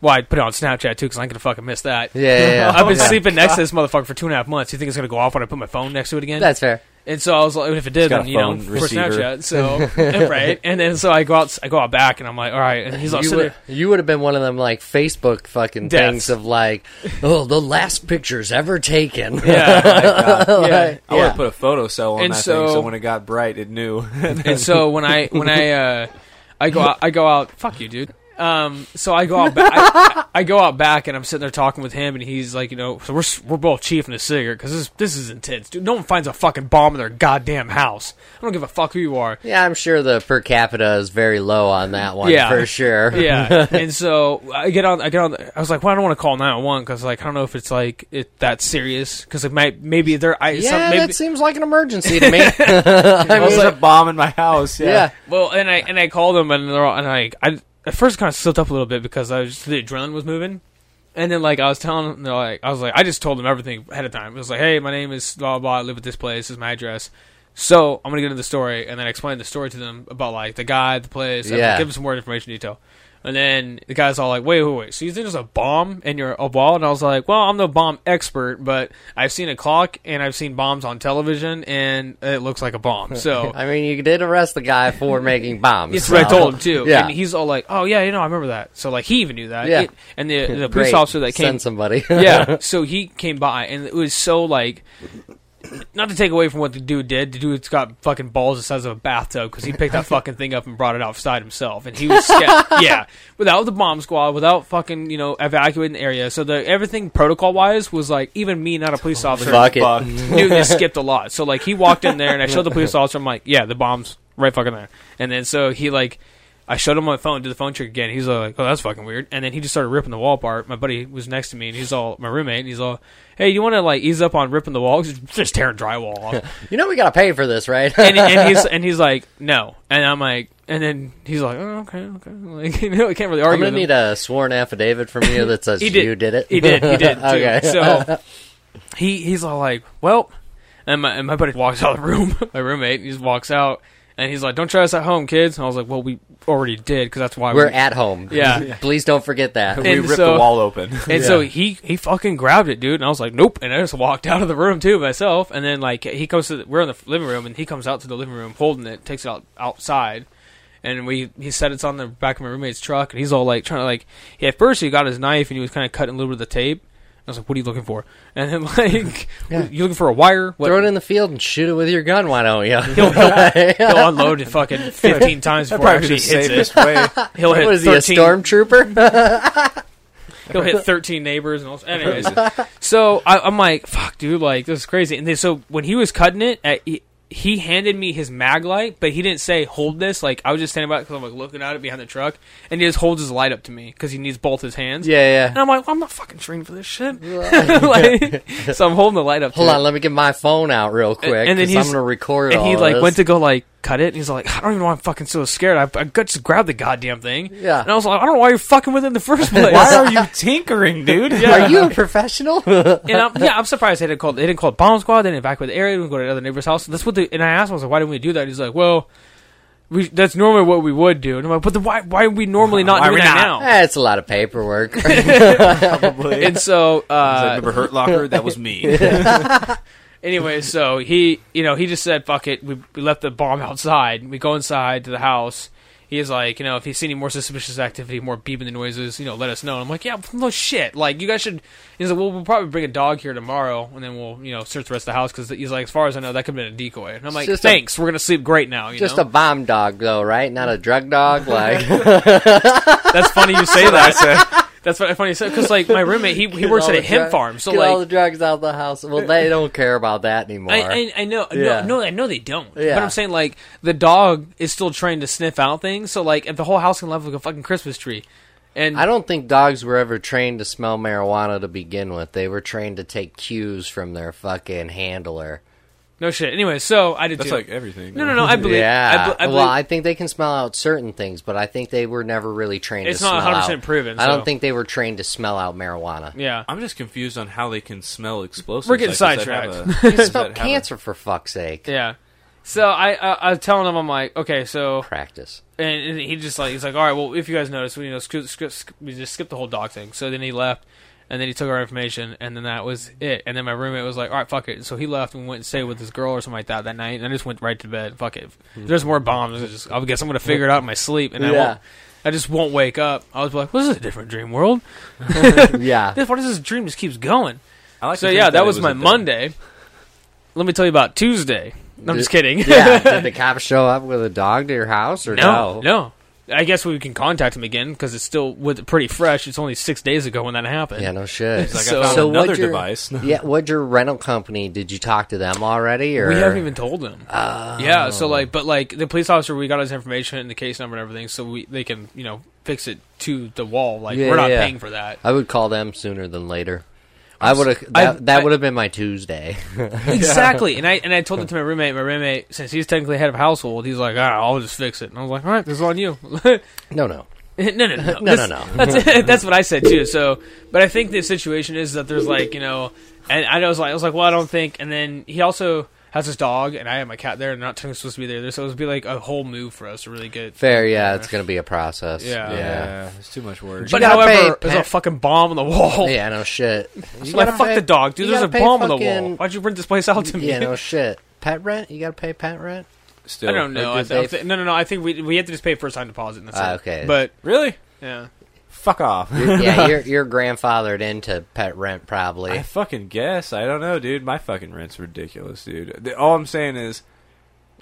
Speaker 5: Well, I put it on Snapchat too because I'm gonna fucking miss that.
Speaker 1: Yeah, yeah, yeah.
Speaker 5: I've been
Speaker 1: Yeah.
Speaker 5: sleeping next to this motherfucker for two and a half months. You think it's gonna go off when I put my phone next to it again?
Speaker 1: That's fair.
Speaker 5: And so I was like, if it
Speaker 3: It's
Speaker 5: did,
Speaker 3: got
Speaker 5: then
Speaker 3: a
Speaker 5: you know,
Speaker 3: phone
Speaker 5: for
Speaker 3: receiver.
Speaker 5: Snapchat. So right, and then so I go out, I go out back, and I'm like, all right. And he's like,
Speaker 1: You would, you would have been one of them like Facebook fucking
Speaker 5: Deaths.
Speaker 1: things of like, oh, the last pictures ever taken.
Speaker 5: yeah, yeah.
Speaker 3: I would have put a photo cell on
Speaker 5: And
Speaker 3: that thing,
Speaker 5: so-
Speaker 3: so when it got bright, it knew.
Speaker 5: and so when I when I uh, I go out, I go out. Fuck you, dude. Um, so I go out. Ba- I, I go out back, and I'm sitting there talking with him, and he's like, you know, so we're s- we're both chiefing a cigarette because this this is intense, dude. No one finds a fucking bomb in their goddamn house. I don't give a fuck who you are.
Speaker 1: Yeah, I'm sure the per capita is very low on that one
Speaker 5: Yeah.
Speaker 1: for sure.
Speaker 5: Yeah. and so I get on. I get on. the- I was like, well, I don't want to call 911 because like I don't know if it's like it that serious because like might maybe there. I
Speaker 1: Yeah,
Speaker 5: some, maybe,
Speaker 1: that seems like an emergency to me.
Speaker 3: I was a bomb in my house. Yeah.
Speaker 1: yeah.
Speaker 5: Well, and I and I called them, and they're all, and I I at first kind of slipped up a little bit because I was the adrenaline was moving, and then like I was telling them, they're like I was like I just told them everything ahead of time. It was like, hey, my name is blah blah. I live at this place. This is my address. So I'm gonna get into the story, and then I explained the story to them about like the guy, the place, and
Speaker 1: Yeah.
Speaker 5: give them some more information detail. And then the guy's all like, wait, wait, wait. So you think there's a bomb in your a wall? And I was like, well, I'm no bomb expert, but I've seen a clock and I've seen bombs on television, and it looks like a bomb. So
Speaker 1: I mean, you did arrest the guy for making bombs.
Speaker 5: Yes, what I
Speaker 1: so-
Speaker 5: told him too.
Speaker 1: Yeah.
Speaker 5: And he's all like, "Oh yeah, you know, I remember that." So like he even knew that.
Speaker 1: Yeah.
Speaker 5: It- and the the police
Speaker 1: Great.
Speaker 5: officer that came,
Speaker 1: Send somebody.
Speaker 5: yeah. So he came by, and it was so like, not to take away from what the dude did. The dude's got fucking balls the size of a bathtub because he picked that fucking thing up and brought it outside himself, and he was scared. yeah, without the bomb squad, without fucking you know evacuating the area. So the everything protocol wise was like even me, not a police officer,
Speaker 1: Fuck it.
Speaker 5: knew they skipped a lot. So like he walked in there and I showed the police officer. I'm like, yeah, the bomb's right fucking there. And then so he like, I showed him my phone, did the phone trick again. He's like, oh, that's fucking weird. And then he just started ripping the wall apart. My buddy was next to me and he's all my roommate and he's all, hey, you want to like ease up on ripping the wall? He's just tearing drywall off.
Speaker 1: You know we gotta pay for this, right?
Speaker 5: and, and he's and he's like, no. And I'm like, and then he's like, oh, okay, okay. Like, you know, I can't really
Speaker 1: I'm
Speaker 5: argue.
Speaker 1: gonna
Speaker 5: with him.
Speaker 1: need a sworn affidavit from you that says
Speaker 5: He did.
Speaker 1: you did it.
Speaker 5: He did. He did. Too.
Speaker 1: okay.
Speaker 5: So he he's all like, well, and my and my buddy walks out of the room. my roommate he just walks out, and he's like, "Don't try this at home, kids." And I was like, "Well, we already did because that's why
Speaker 1: We're
Speaker 5: we-
Speaker 1: at home.
Speaker 5: Yeah.
Speaker 1: Please don't forget that.
Speaker 5: And
Speaker 3: We ripped
Speaker 5: so-
Speaker 3: the wall open.
Speaker 5: And so he he fucking grabbed it, dude. And I was like, nope. And I just walked out of the room too myself. And then like he comes to the, we're in the living room, and he comes out to the living room holding it, takes it out outside. And we he said it's on the back of my roommate's truck, and he's all like trying to like. Yeah, at first he got his knife and he was kind of cutting a little bit of the tape. I was like, "What are you looking for?" And then like, "You looking for a wire?" What,
Speaker 1: Throw it in the field and shoot it with your gun. Why don't you?
Speaker 5: He'll, he'll, he'll unload it fucking 15 times before it actually
Speaker 3: the
Speaker 5: hits it.
Speaker 3: safest way.
Speaker 5: He'll hit,
Speaker 1: what is
Speaker 5: 13,
Speaker 1: he, a stormtrooper?
Speaker 5: he'll hit 13 neighbors. And all, anyways, so I, I'm like, fuck, dude, like, this is crazy. And then, so when he was cutting it, at, he, he handed me his mag light, but he didn't say, hold this. Like, I was just standing by because I'm like looking at it behind the truck, and he just holds his light up to me because he needs both his hands.
Speaker 1: yeah,
Speaker 5: And
Speaker 1: yeah.
Speaker 5: I'm like, well, I'm not fucking trained for this shit. like, so I'm holding the light up to
Speaker 1: Hold
Speaker 5: it.
Speaker 1: on, let me get my phone out real quick.
Speaker 5: and then
Speaker 1: 'cause
Speaker 5: he's-
Speaker 1: I'm gonna record.
Speaker 5: and he
Speaker 1: all
Speaker 5: like
Speaker 1: this.
Speaker 5: went to go like cut it, and he's like, I don't even know. why I'm fucking so scared. I, I got- just grabbed the goddamn thing.
Speaker 1: Yeah.
Speaker 5: and I was like, I don't know why you're fucking with it in the first place.
Speaker 3: Why are you tinkering, dude?
Speaker 1: Are you a professional?
Speaker 5: and I'm, yeah, I'm surprised they didn't call. They didn't call bomb squad. They didn't evacuate the area. They didn't go to another neighbor's house. That's what. They, and I asked him, I was like, why didn't we do that? He's like, well. We, that's normally what we would do, and I'm like, but the, why? Why are we normally not
Speaker 3: Why are
Speaker 5: doing
Speaker 3: we
Speaker 5: that
Speaker 3: not?
Speaker 5: now?
Speaker 1: Eh, it's a lot of paperwork.
Speaker 3: Probably.
Speaker 5: And so,
Speaker 3: I
Speaker 5: uh,
Speaker 3: remember Hurt Locker? That was me.
Speaker 5: Anyway, so he, you know, he just said, "Fuck it." We, we left the bomb outside. We go inside to the house. He is like, you know, if you see any more suspicious activity, more beeping the noises, you know, let us know. And I'm like, yeah, no shit. Like, you guys should. He's like, well, we'll probably bring a dog here tomorrow, and then we'll, you know, search the rest of the house because he's like, as far as I know, that could have been a decoy. And I'm like,
Speaker 1: just a-
Speaker 5: thanks. we're gonna sleep great now. You
Speaker 1: Just
Speaker 5: know?
Speaker 1: a bomb dog, though, right? Not a drug dog. Like,
Speaker 5: That's funny you say
Speaker 3: I
Speaker 5: that.
Speaker 3: said,
Speaker 5: That's what- funny you say because like my roommate, he he works
Speaker 1: all
Speaker 5: at a
Speaker 1: the
Speaker 5: hemp
Speaker 1: drug-
Speaker 5: farm, so
Speaker 1: get all the
Speaker 5: like.
Speaker 1: drugs out of the house. Well, they don't care about that anymore.
Speaker 5: I, I, I know,
Speaker 1: Yeah.
Speaker 5: no, no, I know they don't.
Speaker 1: Yeah.
Speaker 5: But I'm saying like the dog is still trying to sniff out things, so like if the whole house can live like a fucking Christmas tree, and
Speaker 1: I don't think dogs were ever trained to smell marijuana to begin with. They were trained to take cues from their fucking handler.
Speaker 5: no shit. Anyway, so I did
Speaker 3: That's
Speaker 5: too.
Speaker 3: like everything.
Speaker 5: no, no, no. I believe. I,
Speaker 1: yeah.
Speaker 5: bel- I believe
Speaker 1: well, I think they can smell out certain things, but I think they were never really trained
Speaker 5: It's
Speaker 1: to
Speaker 5: not
Speaker 1: smell
Speaker 5: 100%
Speaker 1: out.
Speaker 5: proven,
Speaker 1: I
Speaker 5: so-
Speaker 1: don't think they were trained to smell out marijuana.
Speaker 5: yeah.
Speaker 3: I'm just confused on how they can smell explosives.
Speaker 5: We're getting
Speaker 3: Like, does that
Speaker 5: sidetracked.
Speaker 3: have a-
Speaker 1: They
Speaker 3: does
Speaker 1: smell
Speaker 3: that have a-
Speaker 1: cancer, for fuck's sake.
Speaker 5: Yeah. So I, I I was telling him I'm like okay so
Speaker 1: Practice.
Speaker 5: and, and he just like he's like all right well if you guys notice we you know skip, skip, skip, we just skipped the whole dog thing so then he left and then he took our information and then that was it and then my roommate was like all right fuck it so he left and went and stayed with this girl or something like that that night and I just went right to bed fuck it if there's more bombs I just I guess I'm gonna figure it out in my sleep and I
Speaker 1: Yeah.
Speaker 5: won't I just won't wake up I was like well, this is a different dream world
Speaker 1: Yeah.
Speaker 5: this why does this dream just keeps going
Speaker 3: I like to
Speaker 5: so
Speaker 3: think
Speaker 5: yeah that
Speaker 3: it
Speaker 5: was
Speaker 3: a
Speaker 5: my
Speaker 3: thing.
Speaker 5: Monday let me tell you about Tuesday No, I'm just kidding
Speaker 1: yeah. Did the cops show up with a dog to your house or no?
Speaker 5: no no I guess we can contact him again because it's still with pretty fresh. It's only six days ago when that happened.
Speaker 1: Yeah, no shit.
Speaker 3: It's like
Speaker 5: So-
Speaker 3: I found
Speaker 5: So
Speaker 1: what'd
Speaker 3: another
Speaker 1: your-
Speaker 3: device.
Speaker 1: yeah, what your rental company? Did you talk to them already? Or
Speaker 5: We haven't even told them.
Speaker 1: Oh.
Speaker 5: Yeah, so like, but like the police officer, we got his information and the case number and everything, so we they can you know fix it to the wall. Like
Speaker 1: Yeah,
Speaker 5: we're not
Speaker 1: yeah.
Speaker 5: paying for that.
Speaker 1: I would call them sooner than later. I would have.
Speaker 5: I-
Speaker 1: That, that
Speaker 5: I-
Speaker 1: would have been my Tuesday.
Speaker 5: Exactly. And I and I told it to my roommate. My roommate, since he's technically head of household, he's like, ah, I'll just fix it. And I was like, all right, this is on you. no,
Speaker 1: no, no.
Speaker 5: no, no, no,
Speaker 1: No,
Speaker 5: That's-
Speaker 1: no, no.
Speaker 5: That's that's what I said too. So, but I think the situation is that there's like you know, and I was like, I was like, well, I don't think. And then he also has his dog, and I have my cat there, and not technically supposed to be there. So it would be like a whole move for us to really get.
Speaker 1: Fair. Yeah, it's gonna be a process.
Speaker 5: Yeah.
Speaker 1: Yeah.
Speaker 3: Yeah, it's too much work.
Speaker 5: But
Speaker 1: You gotta
Speaker 5: however,
Speaker 1: pay
Speaker 5: there's a
Speaker 1: pet-
Speaker 5: fucking bomb on the wall.
Speaker 1: Yeah, no shit. You
Speaker 5: Like,
Speaker 1: gotta
Speaker 5: fuck
Speaker 1: pay-
Speaker 5: the dog, dude.
Speaker 1: you
Speaker 5: There's a
Speaker 1: gotta pay
Speaker 5: bomb on the
Speaker 1: fucking-
Speaker 5: wall. Why'd you rent this place out to me?
Speaker 1: Yeah, no shit. Pet rent? You gotta pay pet rent?
Speaker 3: Still,
Speaker 5: I don't know.
Speaker 1: Like,
Speaker 5: I
Speaker 1: did
Speaker 5: th- I
Speaker 1: they-
Speaker 5: thi- no, no, no. I think we we have to just pay first time deposit. And that's
Speaker 1: Ah,
Speaker 5: it.
Speaker 1: okay.
Speaker 5: But
Speaker 3: Really?
Speaker 5: yeah,
Speaker 3: Fuck off.
Speaker 1: yeah, you're you're grandfathered into pet rent probably.
Speaker 3: I fucking guess. I don't know, dude. My fucking rent's ridiculous, dude. The- all I'm saying is,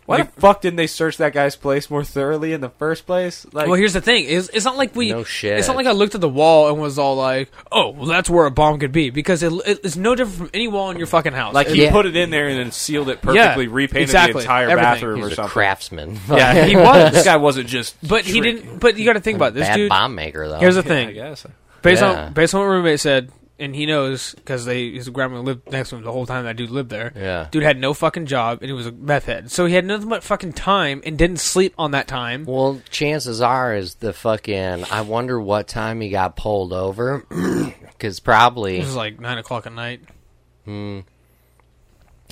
Speaker 3: why the fuck didn't they search that guy's place more thoroughly in the first place? Like,
Speaker 5: well, here's the thing: is it's not like we.
Speaker 1: No shit.
Speaker 5: It's not like I looked at the wall and was all like, "Oh, well, that's where a bomb could be," because it, it- it's no different from any wall in your fucking house.
Speaker 3: like he
Speaker 1: Yeah.
Speaker 3: put it in there and then sealed it perfectly, repainted the
Speaker 5: exactly.
Speaker 3: entire
Speaker 5: Everything.
Speaker 3: bathroom
Speaker 1: He's
Speaker 3: or
Speaker 1: a
Speaker 3: something.
Speaker 1: craftsman.
Speaker 3: Yeah, he was. this guy wasn't just.
Speaker 5: but he
Speaker 3: shrinking.
Speaker 5: didn't. But you got to think about this,
Speaker 1: Bad
Speaker 5: dude.
Speaker 1: bomb maker though.
Speaker 5: Here's the
Speaker 3: Yeah, I
Speaker 5: thing:
Speaker 3: guess.
Speaker 5: based
Speaker 1: Yeah.
Speaker 5: on based on what my roommate said, and he knows because they his grandma lived next to him the whole time that dude lived there.
Speaker 1: Yeah.
Speaker 5: dude had no fucking job and he was a meth head, so he had nothing but fucking time and didn't sleep on that time.
Speaker 1: Well, chances are is the fucking. I wonder what time he got pulled over, because
Speaker 5: It
Speaker 1: probably.
Speaker 5: was like nine o'clock at night.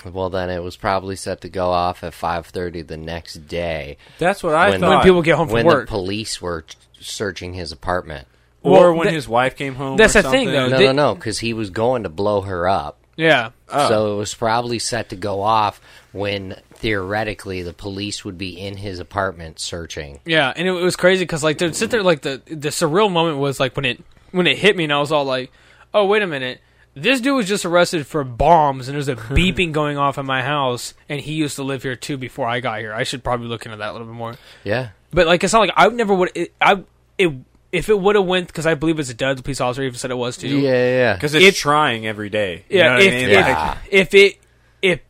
Speaker 1: Well, then it was probably set to go off at five thirty the next day
Speaker 3: That's what I
Speaker 1: When-
Speaker 3: thought.
Speaker 5: When people get home from
Speaker 1: when
Speaker 5: work,
Speaker 1: the police were searching his apartment.
Speaker 3: or
Speaker 5: Well,
Speaker 3: when
Speaker 5: that-
Speaker 3: his wife came home.
Speaker 5: that's
Speaker 3: or
Speaker 5: the thing,
Speaker 3: something.
Speaker 5: though.
Speaker 1: No,
Speaker 5: They-
Speaker 1: no, no, because he was going to blow her up.
Speaker 5: yeah,
Speaker 1: So it was probably set to go off when theoretically the police would be in his apartment searching.
Speaker 5: Yeah, and it, it was crazy because like they'd sit there like the the surreal moment was like when it when it hit me and I was all like, oh wait a minute, this dude was just arrested for bombs and there's a beeping going off in my house and he used to live here too before I got here. I should probably look into that a little bit more.
Speaker 1: Yeah.
Speaker 5: But like it's not like I never would it, I it if it would have went because I believe it's a dud. The police officer even said it was too.
Speaker 1: Yeah, yeah.
Speaker 3: Because it's
Speaker 5: If-
Speaker 3: trying every day. You know
Speaker 5: Yeah,
Speaker 3: what I
Speaker 5: if,
Speaker 3: mean?
Speaker 5: if,
Speaker 3: Like,
Speaker 1: Yeah.
Speaker 5: if it if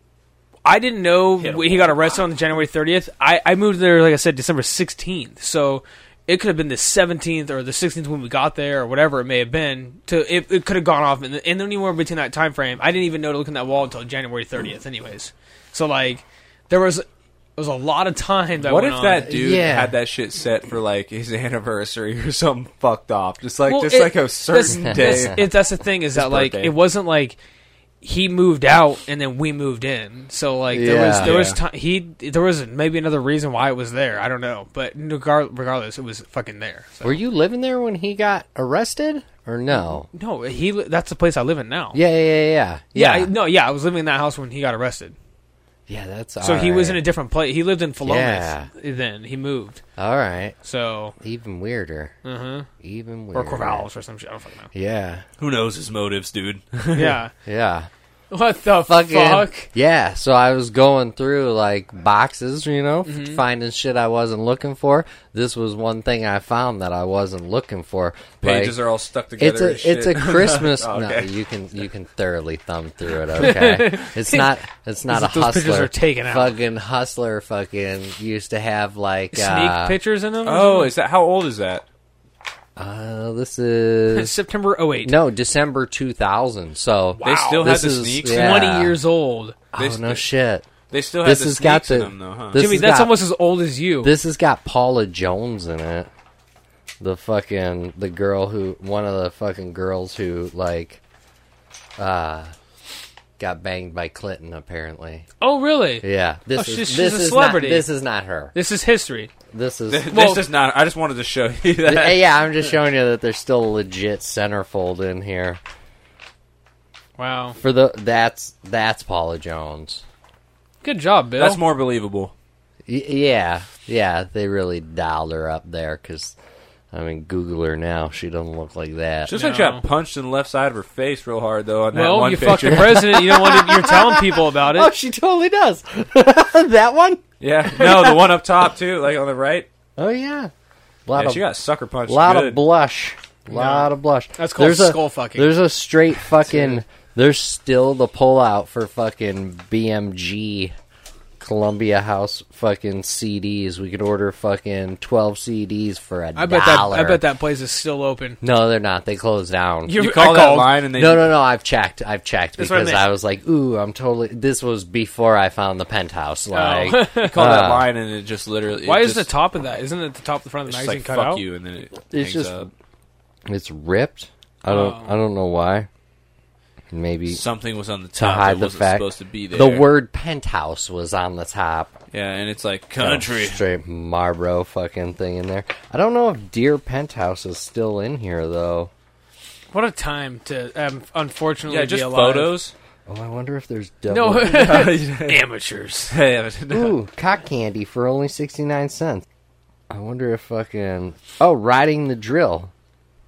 Speaker 5: I didn't know
Speaker 3: Hit a
Speaker 5: when he got arrested on January 30th, I I moved there like I said December 16th, so it could have been the 17th or the 16th when we got there or whatever it may have been. To it, it could have gone off in, the, in anywhere between that time frame. I didn't even know to look in that wall until January 30th, anyways. So like there was was a lot of time that
Speaker 3: What
Speaker 5: went
Speaker 3: if
Speaker 5: on.
Speaker 3: that dude
Speaker 1: Yeah.
Speaker 3: had that shit set for like his anniversary or something fucked off? Just like
Speaker 5: Well,
Speaker 3: just
Speaker 5: it-
Speaker 3: like a certain
Speaker 5: that's,
Speaker 3: day.
Speaker 5: That's, it, that's the thing is that like
Speaker 3: birthday.
Speaker 5: it wasn't like he moved out and then we moved in. So like there was
Speaker 1: Yeah.
Speaker 5: there was
Speaker 3: Yeah.
Speaker 5: time he there was maybe another reason why it was there. I don't know, but regar- regardless, it was fucking there. So.
Speaker 1: Were you living there when he got arrested or no?
Speaker 5: No, he li- that's the place I live in now.
Speaker 1: Yeah, yeah, yeah, yeah.
Speaker 5: Yeah, I, no, yeah, I was living in that house when he got arrested.
Speaker 1: Yeah, that's
Speaker 5: So he was in
Speaker 1: alright.
Speaker 5: a different place. He lived in Philomath
Speaker 1: Yeah.
Speaker 5: then. He moved.
Speaker 1: All right.
Speaker 5: So,
Speaker 1: Even weirder.
Speaker 5: uh-huh.
Speaker 1: Even
Speaker 5: or
Speaker 1: weirder.
Speaker 5: Corvallis or some shit. I don't fucking
Speaker 1: Yeah.
Speaker 4: Who knows his motives, dude?
Speaker 5: know. yeah.
Speaker 1: Yeah.
Speaker 5: What the
Speaker 1: Fucking.
Speaker 5: fuck?
Speaker 1: Yeah. So I was going through like boxes, you know,
Speaker 5: Mm-hmm.
Speaker 1: finding shit I wasn't looking for. This was one thing I found that I wasn't looking for. Like,
Speaker 3: Pages are all stuck together.
Speaker 1: it's a
Speaker 3: and shit.
Speaker 1: it's a Christmas.
Speaker 3: Oh,
Speaker 1: No,
Speaker 3: okay.
Speaker 1: you can you can thoroughly thumb through it. Okay, it's not it's not a
Speaker 5: Those
Speaker 1: hustler.
Speaker 5: pictures are taken out.
Speaker 1: Fucking hustler. Fucking used to have like uh,
Speaker 5: Sneak pictures in them?
Speaker 3: Oh, is that how old is that?
Speaker 1: Uh, this is
Speaker 5: September oh, 08.
Speaker 1: no December two thousand. So
Speaker 3: They still had
Speaker 1: this
Speaker 3: the
Speaker 1: is-
Speaker 3: sneaks.
Speaker 1: yeah.
Speaker 5: 20 years old.
Speaker 1: Oh
Speaker 3: They
Speaker 1: no
Speaker 3: st-
Speaker 1: shit.
Speaker 3: They still had
Speaker 1: This
Speaker 3: the
Speaker 1: has
Speaker 3: sneaks
Speaker 1: got
Speaker 3: in
Speaker 1: the-
Speaker 3: them though, huh?
Speaker 1: this
Speaker 5: Jimmy,
Speaker 1: has
Speaker 5: that's
Speaker 1: got-
Speaker 5: almost as old as you.
Speaker 1: This has got Paula Jones in it. The fucking the girl who one of the fucking girls who like uh got banged by Clinton apparently.
Speaker 5: oh, really?
Speaker 1: Yeah. This
Speaker 5: Oh,
Speaker 1: is
Speaker 5: she's- she's
Speaker 1: this
Speaker 5: a
Speaker 1: is
Speaker 5: celebrity.
Speaker 1: Not, this is not her.
Speaker 5: This is history.
Speaker 1: This is
Speaker 3: this
Speaker 5: well-
Speaker 3: is not. I just wanted to show you that.
Speaker 1: Hey, yeah, I'm just showing you that there's still legit centerfold in here.
Speaker 5: Wow.
Speaker 1: For the that's that's Paula Jones.
Speaker 5: Good job, Bill.
Speaker 3: That's more believable.
Speaker 1: Y- yeah, yeah, they really dialed her up there because, I mean, Google her now. She doesn't look like that.
Speaker 3: Just
Speaker 5: No.
Speaker 3: like she got punched in the left side of her face real hard though on that
Speaker 5: well,
Speaker 3: one
Speaker 5: you fucked
Speaker 3: picture.
Speaker 5: the president. You don't want to, you're telling people about
Speaker 1: oh,
Speaker 5: it.
Speaker 1: she totally does. that one?
Speaker 3: yeah, no, the one up top too, like on the right.
Speaker 1: Oh yeah. lot
Speaker 3: yeah,
Speaker 1: of
Speaker 3: she got sucker punched.
Speaker 1: lot
Speaker 3: good.
Speaker 1: of blush. Lot of blush.
Speaker 5: That's called
Speaker 1: there's a,
Speaker 5: skull fucking.
Speaker 1: There's a straight fucking. There's still the pullout for fucking BMG, Columbia House fucking CDs. We could order fucking twelve CDs for a
Speaker 5: I bet that
Speaker 1: dollar.
Speaker 5: I bet that place is still open.
Speaker 1: No, they're not. They closed down.
Speaker 5: You-
Speaker 3: you
Speaker 5: I
Speaker 3: call that
Speaker 5: called.
Speaker 3: line and they
Speaker 1: no, no, no. I've checked. I've checked
Speaker 5: That's what I
Speaker 1: because
Speaker 5: meant.
Speaker 1: I, was like, ooh, I'm totally. This was before I found the penthouse.
Speaker 5: Oh.
Speaker 1: Like,
Speaker 3: you call
Speaker 1: Uh,
Speaker 3: that line and it just literally. it
Speaker 5: Why
Speaker 3: just,
Speaker 5: is the top of that? Isn't it the top of the front of
Speaker 3: It's
Speaker 5: the
Speaker 3: just
Speaker 5: magazine
Speaker 3: like
Speaker 5: cut
Speaker 3: fuck
Speaker 5: out?
Speaker 3: you, and then it hangs
Speaker 1: just-
Speaker 3: up.
Speaker 1: it's ripped. I don't.
Speaker 5: Oh.
Speaker 1: I don't know why. Maybe
Speaker 3: something was on the
Speaker 1: to
Speaker 3: top
Speaker 1: hide
Speaker 3: that
Speaker 1: the
Speaker 3: wasn't
Speaker 1: fact
Speaker 3: supposed to be there.
Speaker 1: the word penthouse was on the top. Oh,
Speaker 3: yeah, and it's
Speaker 5: Oh,
Speaker 3: like
Speaker 4: Country.
Speaker 1: Straight Marlboro fucking thing in there. I don't know if Deer Penthouse is still in here though.
Speaker 5: What a time to um, unfortunately
Speaker 3: yeah,
Speaker 5: be
Speaker 3: just
Speaker 5: alive.
Speaker 3: photos.
Speaker 1: Oh, I wonder if there's double.
Speaker 5: No,
Speaker 3: amateurs. Yeah, no.
Speaker 1: Ooh, cock candy for only sixty nine cents. I wonder if fucking oh, riding the drill.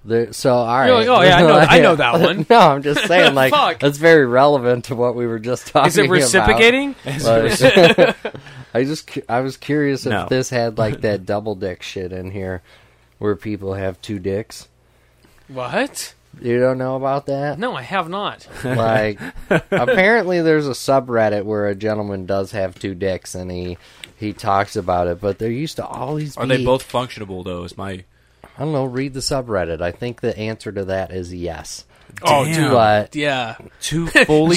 Speaker 1: There, so all right.
Speaker 5: You're like, oh, yeah, I know- I know that one.
Speaker 1: no, I'm just saying, like
Speaker 5: Fuck.
Speaker 1: that's very relevant to what we were just talking.
Speaker 5: is it
Speaker 1: about.
Speaker 5: reciprocating?
Speaker 1: Like, I just cu- I was curious if
Speaker 3: No.
Speaker 1: this had like that double dick shit in here, where people have two dicks.
Speaker 5: What?
Speaker 1: You don't know about that?
Speaker 5: No, I have not.
Speaker 1: Like, apparently there's a subreddit where a gentleman does have two dicks and he he talks about it. But there used to always
Speaker 3: Are
Speaker 1: be.
Speaker 3: they both functionable though? Is my
Speaker 1: I don't know. Read the subreddit. I think the answer to that is yes.
Speaker 5: Oh,
Speaker 3: Damn.
Speaker 5: dude.
Speaker 1: But
Speaker 5: Yeah,
Speaker 3: two fully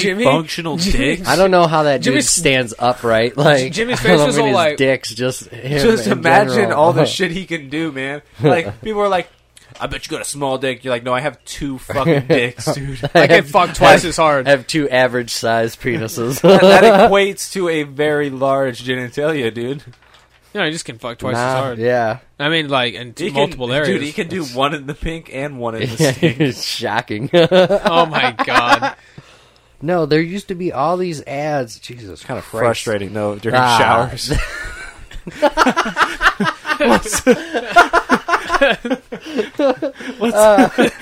Speaker 5: Jimmy?
Speaker 3: functional
Speaker 5: Jimmy?
Speaker 3: dicks?
Speaker 1: I don't know how that dude
Speaker 5: Jimmy's-
Speaker 1: stands upright. Like
Speaker 5: Jimmy's
Speaker 1: I don't
Speaker 5: face
Speaker 1: know,
Speaker 5: was
Speaker 1: I mean,
Speaker 5: all
Speaker 1: his
Speaker 5: like-
Speaker 1: dicks. Just him
Speaker 3: Just
Speaker 1: in
Speaker 3: imagine
Speaker 1: general.
Speaker 3: all the shit he can do, man. Like people are like, "I bet you got a small dick." You're like, "No, I have two fucking dicks, dude."
Speaker 5: I get fucked twice as hard.
Speaker 1: have two average sized penises.
Speaker 3: that equates to a very large genitalia, dude.
Speaker 5: No, you just can fuck twice as
Speaker 1: Nah,
Speaker 5: hard.
Speaker 1: Yeah.
Speaker 5: I mean, like in
Speaker 3: He can-
Speaker 5: multiple areas.
Speaker 3: Dude, he can do one in the pink and one in the stink.
Speaker 1: it's shocking.
Speaker 5: oh my god.
Speaker 1: no, there used to be all these ads. Jesus, kind of
Speaker 3: Frustrating though during
Speaker 1: Ah.
Speaker 3: showers. Uh. what's, what's,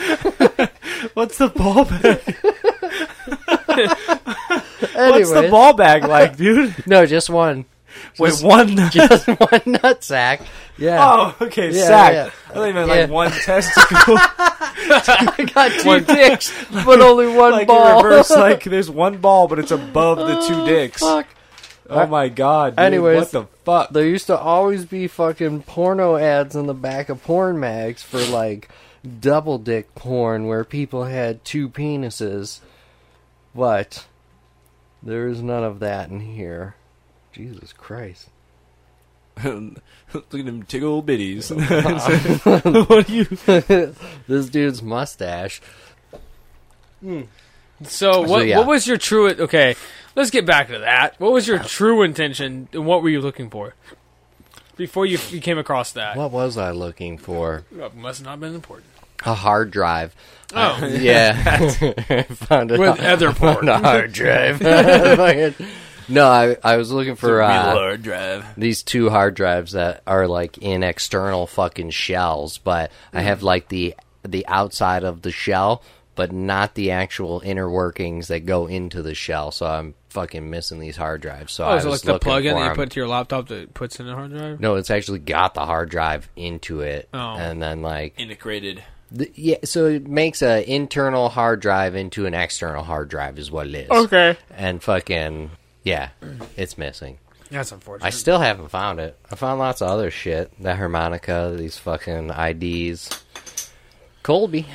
Speaker 3: what's the ball bag?
Speaker 1: Anyways,
Speaker 3: What's the ball bag like, dude?
Speaker 1: No, just one,
Speaker 3: Wait, one.
Speaker 1: just one nut sack. Yeah,
Speaker 3: Oh, okay,
Speaker 1: Yeah,
Speaker 3: sack.
Speaker 1: yeah.
Speaker 3: I thought you meant
Speaker 1: Yeah.
Speaker 3: like one testicle,
Speaker 1: I got two dicks, but only one
Speaker 3: like
Speaker 1: ball.
Speaker 3: in reverse. Like there's one ball, but it's above the two dicks.
Speaker 1: Fuck.
Speaker 3: Oh my god. Dude,
Speaker 1: Anyways.
Speaker 3: what the fuck?
Speaker 1: There used to always be fucking porno ads in the back of porn mags for like double dick porn where people had two penises, but there is none of that in here. Jesus Christ.
Speaker 3: Look at them tickle bitties. what do you?
Speaker 1: this dude's mustache.
Speaker 5: So what?
Speaker 1: yeah.
Speaker 5: What was your true? Okay, let's get back to that. What was your true intention, and what were you looking for before you, you came across that?
Speaker 1: What was I looking for?
Speaker 5: Well, must not have been important.
Speaker 1: A hard drive.
Speaker 5: Oh,
Speaker 1: Yeah, found it
Speaker 5: with Oh,
Speaker 1: on,
Speaker 5: other porn.
Speaker 1: on a hard drive. Fucking- no, I I was looking for uh,
Speaker 4: hard drive.
Speaker 1: these two hard drives that are like in external fucking shells, but I have like the the outside of the shell, but not the actual inner workings that go into the shell. So I'm fucking missing these hard drives. So I
Speaker 5: Oh,
Speaker 1: was
Speaker 5: so like the
Speaker 1: looking
Speaker 5: plug-in
Speaker 1: for
Speaker 5: that you
Speaker 1: 'em.
Speaker 5: put to your laptop that puts in a hard drive.
Speaker 1: No, it's actually got the hard drive into it,
Speaker 5: Oh.
Speaker 1: and then like
Speaker 3: Integrated.
Speaker 1: the, yeah. So it makes an internal hard drive into an external hard drive is what it is.
Speaker 5: Okay,
Speaker 1: and fucking yeah, it's missing.
Speaker 5: that's unfortunate.
Speaker 1: I still haven't found it. I found lots of other shit. That harmonica, these fucking IDs. Colby.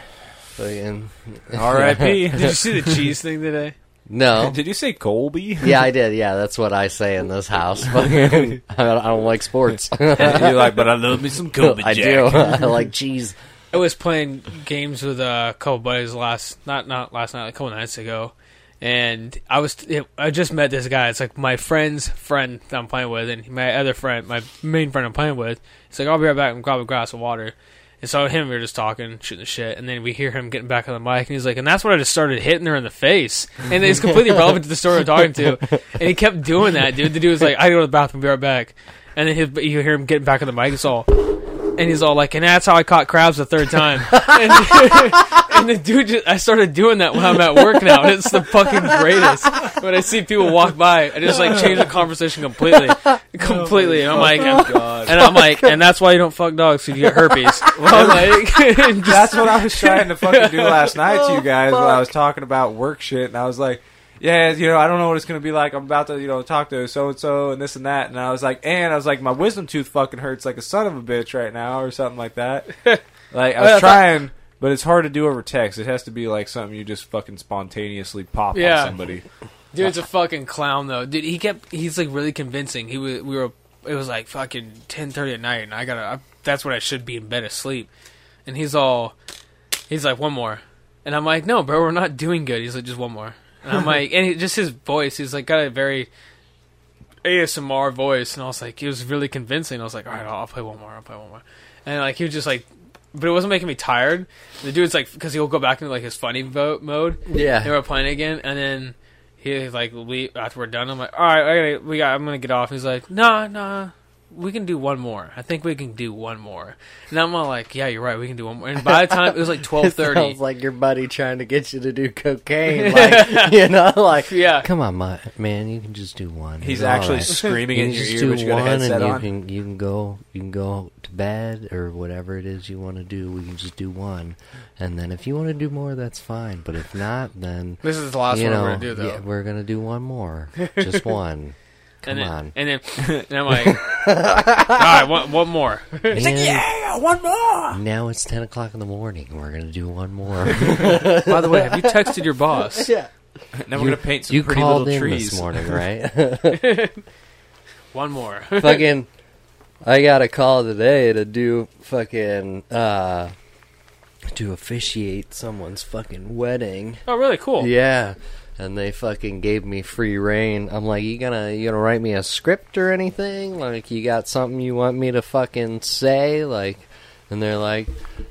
Speaker 1: Fucking
Speaker 3: R.I.P.
Speaker 5: Did you see the cheese thing today?
Speaker 1: No.
Speaker 3: Did you say Colby?
Speaker 1: Yeah, I did. Yeah, that's what I say in this house. Fucking, I, don't, I don't like sports.
Speaker 3: You're like, but I love me some Colby.
Speaker 1: I do. I like cheese.
Speaker 5: I was playing games with uh, a couple buddies last not not last night, a couple nights ago, and I was I just met this guy. It's like my friend's friend that I'm playing with, and my other friend, my main friend I'm playing with. He's like, I'll be right back. and grab a glass of water. And so him, we were just talking, shooting the shit, and then we hear him getting back on the mic, and he's like, and that's when I just started hitting her in the face, and it's completely relevant to the story I'm talking to. And he kept doing that, dude. The dude was like, I gotta go to the bathroom, be right back, and then he, you hear him getting back on the mic, it's all. and he's all like, and that's how I caught crabs the third time. and, and the dude, just, I started doing that when I'm at work now, and it's the fucking greatest. When I see people walk by, I just like change the conversation completely, completely. and I'm like,
Speaker 3: Oh
Speaker 5: and I'm like, and that's why you don't fuck dogs because you get herpes. And, like, and just-
Speaker 3: That's what I was trying to fucking do last night to you guys when I was talking about work shit, and I was like, "Yeah, you know, I don't know what it's gonna be like. I'm about to, you know, talk to so and so and this and that." And I was like, "And I was like, my wisdom tooth fucking hurts like a son of a bitch right now, or something like that." like I was trying, but it's hard to do over text. It has to be like something you just fucking spontaneously pop
Speaker 5: Yeah.
Speaker 3: on somebody.
Speaker 5: Dude's a fucking clown though. Dude, he kept he's like really convincing. He was we were it was like fucking ten thirty at night, and I gotta I, that's when I should be in bed asleep. And he's all he's like one more, and I'm like no bro, we're not doing good. He's like just one more, and I'm like and he, just his voice, he's like got a very ASMR voice, and I was like it was really convincing. I was like all right, I'll, I'll play one more, I'll play one more, and like he was just like. But it wasn't making me tired. The dude's like, because he'll go back into like his funny vote mode.
Speaker 1: Yeah.
Speaker 5: they were playing again, and then he like we after we're done. I'm like, all right, I gotta, we got. I'm gonna get off. He's like, nah, nah, we can do one more. I think we can do one more. And I'm all like, yeah, you're right. We can do one more. And by the time it was like twelve
Speaker 1: It
Speaker 5: thirty,
Speaker 1: sounds like your buddy trying to get you to do cocaine. Like, you know, like,
Speaker 5: Yeah.
Speaker 1: come on, my, man, you can just do one.
Speaker 3: He's
Speaker 1: It's all
Speaker 3: actually
Speaker 1: right.
Speaker 3: screaming
Speaker 1: You
Speaker 3: in
Speaker 1: can
Speaker 3: your
Speaker 1: just
Speaker 3: ear,
Speaker 1: do
Speaker 3: but you got a
Speaker 1: one and
Speaker 3: headset
Speaker 1: you
Speaker 3: on.
Speaker 1: Can, you can go, you can go to bed or whatever it is you want to do. We can just do one, and then if you want to do more, that's fine. But if not, then
Speaker 5: this is the last
Speaker 1: you
Speaker 5: one
Speaker 1: know,
Speaker 5: we're gonna do though.
Speaker 1: yeah, we're gonna do one more, just one. Come
Speaker 5: and then,
Speaker 1: on.
Speaker 5: and then and I'm like, all right, one, one more.
Speaker 1: And
Speaker 3: one more.
Speaker 1: Now it's ten o'clock in the morning. We're gonna do one more.
Speaker 5: By the way, have you texted your boss?
Speaker 1: yeah.
Speaker 3: Now we're gonna paint some
Speaker 1: you
Speaker 3: pretty
Speaker 1: called
Speaker 3: little
Speaker 1: in
Speaker 3: trees.
Speaker 1: this morning, right?
Speaker 5: One more.
Speaker 1: fucking I got a call today to do fucking uh to officiate someone's fucking wedding.
Speaker 5: Oh, really? Cool.
Speaker 1: Yeah. And they fucking gave me free reign. I'm like, you gonna you gonna write me a script or anything? Like you got something you want me to fucking say? Like and they're like,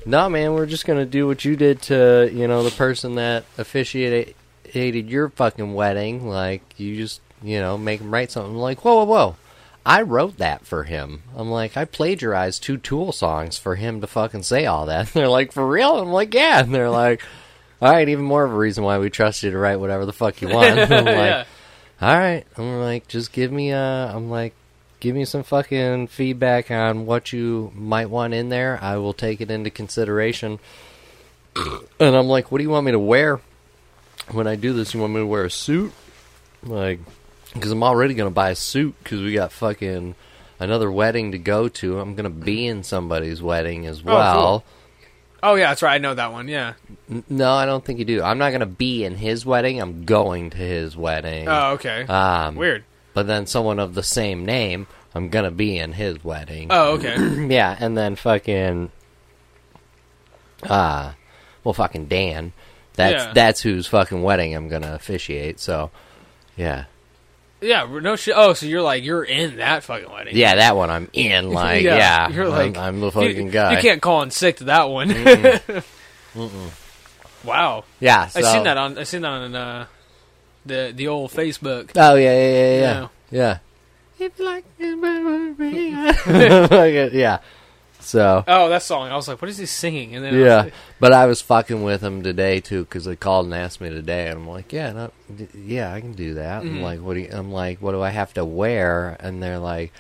Speaker 1: nah, man, we're just gonna do what you did to, you know, the person that officiated your fucking wedding. Like you just you know, make him write something I'm like, whoa, whoa, whoa. I wrote that for him. I'm like, I plagiarized two Tool songs for him to fucking say all that. And they're like, for real? I'm like, yeah. And they're like, all right, even more of a reason why we trust you to write whatever the fuck you want. I'm like,
Speaker 5: Yeah.
Speaker 1: all right. I'm like, just give me uh, I'm like, give me some fucking feedback on what you might want in there. I will take it into consideration. And I'm like, what do you want me to wear when I do this? You want me to wear a suit? Like, because I'm already gonna buy a suit because we got fucking another wedding to go to. I'm gonna be in somebody's wedding as well.
Speaker 5: Oh yeah, that's right. I know that one. Yeah.
Speaker 1: N- No, I don't think you do. I'm not gonna be in his wedding. I'm going to his wedding.
Speaker 5: Oh okay.
Speaker 1: um,
Speaker 5: Weird.
Speaker 1: But then someone of the same name, I'm gonna be in his wedding.
Speaker 5: Oh okay.
Speaker 1: yeah, and then fucking, uh, well, fucking Dan. That's
Speaker 5: Yeah.
Speaker 1: that's whose fucking wedding I'm gonna officiate. So, yeah,
Speaker 5: Yeah. No shit. Oh, so you're like you're in that fucking wedding.
Speaker 1: yeah, that one I'm in. Like, yeah,
Speaker 5: you're
Speaker 1: I'm-
Speaker 5: like
Speaker 1: I'm, the
Speaker 5: you-
Speaker 1: fucking guy.
Speaker 5: You can't call in sick to that one. Wow,
Speaker 1: yeah, so,
Speaker 5: I seen that on I seen that on uh, the the old Facebook.
Speaker 1: Oh yeah, yeah, yeah, yeah,
Speaker 5: Yeah.
Speaker 1: yeah. If you like it, but- Like, yeah. So
Speaker 5: Oh, that song. I was like, what is he singing? And then I was
Speaker 1: yeah,
Speaker 5: like-
Speaker 1: but I was fucking with him today too because they called and asked me today, and I'm like, yeah, no, d- yeah, I can do that. I'm like, what do you, I'm like, what do I have to wear? And they're like,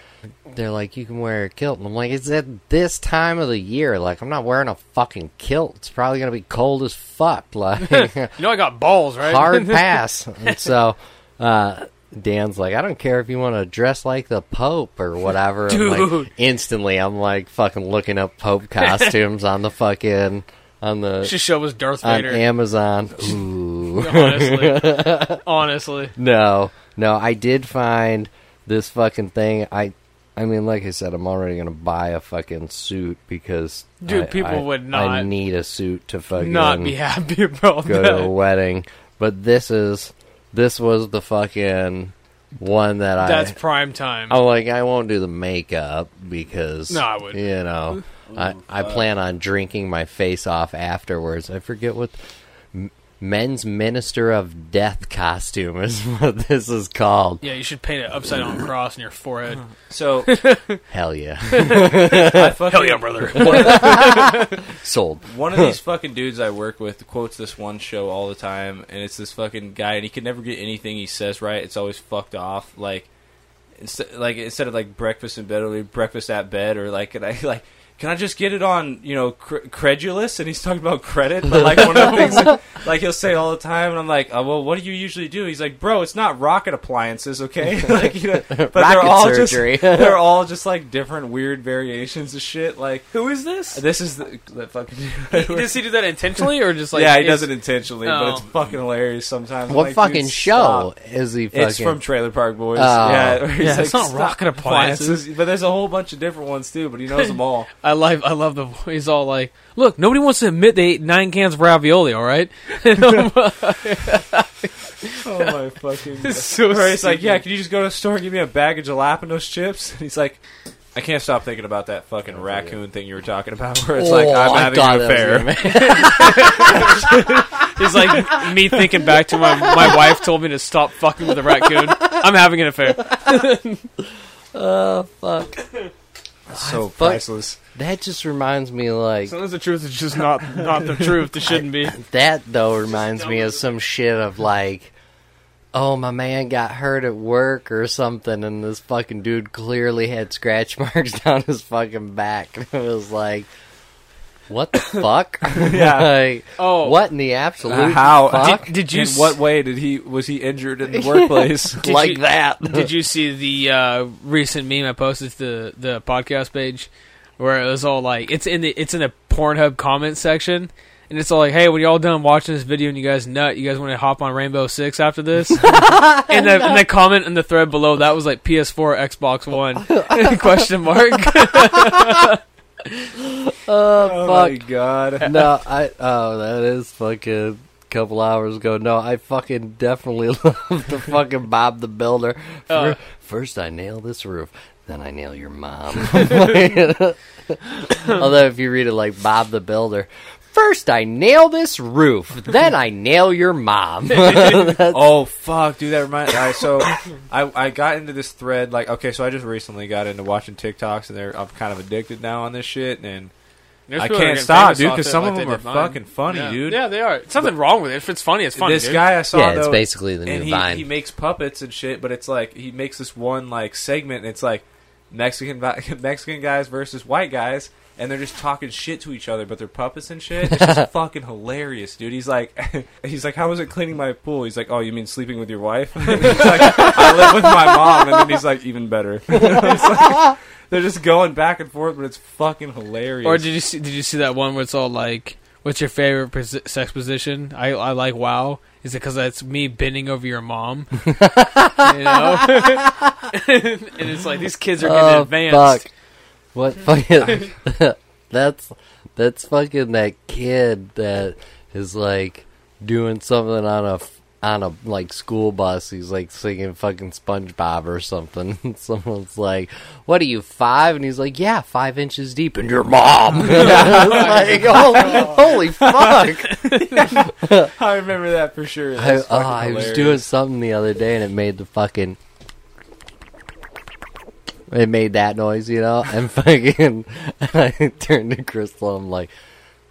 Speaker 1: they're like, you can wear a kilt, and I'm like, it's at this time of the year. Like, I'm not wearing a fucking kilt. It's probably gonna be cold as fuck. Like,
Speaker 5: you know, I got balls, right?
Speaker 1: hard pass. And so uh, Dan's like, I don't care if you want to dress like the Pope or whatever. I'm like-
Speaker 5: Dude.
Speaker 1: instantly, I'm like fucking looking up Pope costumes on the fucking on the
Speaker 5: Should show was Darth
Speaker 1: on
Speaker 5: Vader.
Speaker 1: Amazon. Ooh,
Speaker 5: honestly, honestly,
Speaker 1: no, no. I did find this fucking thing. I. I mean, like I said, I'm already gonna buy a fucking suit because
Speaker 5: Dude,
Speaker 1: I-
Speaker 5: people
Speaker 1: I-
Speaker 5: would
Speaker 1: I
Speaker 5: not-
Speaker 1: need a suit to fucking
Speaker 5: not be happy about
Speaker 1: go to a
Speaker 5: that.
Speaker 1: wedding. But this is this was the fucking one that
Speaker 5: That's
Speaker 1: I
Speaker 5: prime time.
Speaker 1: I'm like I won't do the makeup because
Speaker 5: No, I wouldn't.
Speaker 1: You know, I I plan on drinking my face off afterwards. I forget what. M- men's minister of death costume is what this is called.
Speaker 5: Yeah, you should paint an upside down cross on your forehead.
Speaker 3: So
Speaker 1: Hell yeah,
Speaker 3: I fucking,
Speaker 4: yeah, brother.
Speaker 1: sold.
Speaker 3: one of these fucking dudes I work with quotes this one show all the time, and it's this fucking guy, and he can never get anything he says right. It's always fucked off. Like, instead, like instead of like breakfast in bed, it'll be breakfast at bed, or like, can I like. Can I just get it on, you know, cr- credulous? And he's talking about credit, but like one of the things, like he'll say all the time, and I'm like, oh, well, what do you usually do? He's like, bro, it's not rocket appliances, okay? like, you know, but they're
Speaker 1: Rocket
Speaker 3: all
Speaker 1: surgery.
Speaker 3: just they're all just like different weird variations of shit. Like,
Speaker 5: Who is this?
Speaker 3: this is the, that fucking.
Speaker 5: Does he do that intentionally or just like? Oh.
Speaker 3: yeah, he
Speaker 5: it's-
Speaker 3: does it intentionally,
Speaker 5: No.
Speaker 3: but it's fucking hilarious sometimes. I'm
Speaker 1: What
Speaker 3: like,
Speaker 1: fucking
Speaker 3: "Dude,
Speaker 1: show
Speaker 3: stop."
Speaker 1: is he fucking?
Speaker 3: It's from Trailer Park Boys.
Speaker 1: Oh.
Speaker 3: yeah, where he's
Speaker 5: Yeah, it's not
Speaker 3: "Stop
Speaker 5: rocket appliances."
Speaker 3: But there's a whole bunch of different ones too. But he knows them all.
Speaker 5: I love, I love the. He's all like, "Look, nobody wants to admit they ate nine cans of ravioli." All right,
Speaker 3: Oh my fucking!
Speaker 5: It's so
Speaker 3: Where he's like,
Speaker 5: stupid.
Speaker 3: yeah, can you just go to the store and give me a baggage of Lapinos chips? And he's like. I can't stop thinking about that fucking raccoon thing you were talking about, where it's like
Speaker 1: Oh,
Speaker 3: I'm
Speaker 1: I
Speaker 3: having
Speaker 1: thought that
Speaker 3: an
Speaker 1: was
Speaker 3: affair.
Speaker 1: gonna make-
Speaker 5: it's like me thinking back to my my wife told me to stop fucking with a raccoon. I'm having an affair.
Speaker 1: Oh fuck!
Speaker 3: so
Speaker 1: fuck-
Speaker 3: priceless.
Speaker 1: That just reminds me like
Speaker 5: Sometimes the truth is just not not the truth. It shouldn't be.
Speaker 1: that though reminds me of some shit of like oh my man got hurt at work or something and this fucking dude clearly had scratch marks down his fucking back and it was like what the fuck
Speaker 3: Yeah.
Speaker 1: like
Speaker 5: Oh.
Speaker 1: what in the absolute
Speaker 3: Uh, how?
Speaker 1: fuck
Speaker 5: Did- did you
Speaker 3: In
Speaker 5: s-
Speaker 3: what way did he? Was he injured in the workplace?
Speaker 5: did
Speaker 1: like
Speaker 5: you-
Speaker 1: that
Speaker 5: Did you see the uh, recent meme I posted to the the podcast page where it was all like it's in the it's in the Pornhub comment section and it's all like, hey, when y'all done watching this video and you guys nut, you guys want to hop on Rainbow Six after this? and, the, and the comment in the thread below that was like PS4, Xbox One question mark.
Speaker 1: oh
Speaker 3: oh
Speaker 1: fuck
Speaker 3: my god!
Speaker 1: no, I oh that is fucking couple hours ago. No, I fucking definitely love the fucking Bob the Builder. Fir-
Speaker 5: Uh.
Speaker 1: First, I nail this roof, then I nail your mom. Although if you read it like Bob the Builder. First, I nail this roof, then I nail your mom.
Speaker 3: Oh fuck, dude, that reminds. All right, so I I got into this thread like okay, so I just recently got into watching TikToks and they're I'm kind of addicted now on this shit and I can't stop, dude, because some of them are fucking funny, dude.
Speaker 5: Yeah, they are. Something wrong with it. If it's funny, it's funny.
Speaker 3: this guy I saw
Speaker 1: yeah, it's
Speaker 3: though,
Speaker 1: basically the
Speaker 3: and
Speaker 1: new
Speaker 3: he he
Speaker 1: Vine.
Speaker 3: makes puppets and shit, but it's like he makes this one like segment and it's like Mexican vi- Mexican guys versus white guys. And they're just talking shit to each other, but they're puppets and shit. It's just fucking hilarious, dude. He's like, he's like, how was it cleaning my pool? He's like, oh, you mean sleeping with your wife? he's like, I live with my mom, and then he's like, even better. It's like- they're just going back and forth, but it's fucking hilarious.
Speaker 5: Or did you see, did you see that one where it's all like, "What's your favorite posi- sex position?" I I like wow. Is it because that's me bending over your mom? you know, and it's like these kids are getting
Speaker 1: Oh,
Speaker 5: advanced.
Speaker 1: fuck. What fucking? that's that's fucking that kid that is like doing something on a f- on a like school bus. He's like singing fucking SpongeBob or something. And someone's like, "What are you five? And he's like, "Yeah, five inches deep." And your mom. It's like, holy, holy fuck!
Speaker 3: I remember that for sure.
Speaker 1: I,
Speaker 3: That's
Speaker 1: oh,
Speaker 3: fucking
Speaker 1: I was
Speaker 3: hilarious.
Speaker 1: doing something the other day and it made the fucking. It made that noise, you know? And fucking. I turned to Crystal I'm like,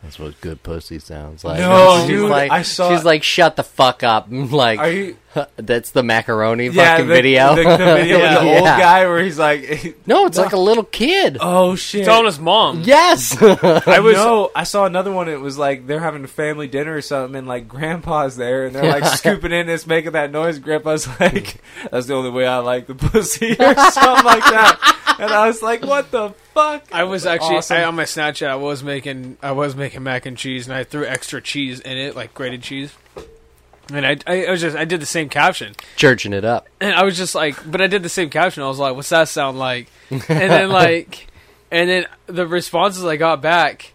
Speaker 1: that's what good pussy sounds like.
Speaker 3: No,
Speaker 1: And she's
Speaker 3: dude,
Speaker 1: like,
Speaker 3: I saw-
Speaker 1: She's like, shut the fuck up. I'm like,
Speaker 3: Are you?
Speaker 1: that's the macaroni fucking
Speaker 3: the,
Speaker 1: video.
Speaker 3: The, the video with the old
Speaker 1: Yeah.
Speaker 3: guy where he's like,
Speaker 1: No, it's like a little kid.
Speaker 3: "Oh shit!"
Speaker 5: It's on his mom.
Speaker 1: yes!
Speaker 3: I was. No, I saw another one. It was like they're having a family dinner or something, and like Grandpa's there, and they're like scooping in, this making that noise. Grandpa's like, "That's the only way I like the pussy," or something like that. And I was like, "What the fuck?"
Speaker 5: I was actually
Speaker 3: Awesome.
Speaker 5: I, on my Snapchat. I was making I was making mac and cheese, and I threw extra cheese in it, like grated cheese. And I, I, I was just I did the same caption.
Speaker 1: Churching it up.
Speaker 5: and I was just like, but I did the same caption. I was like, what's that sound like? And then like, and then the responses I got back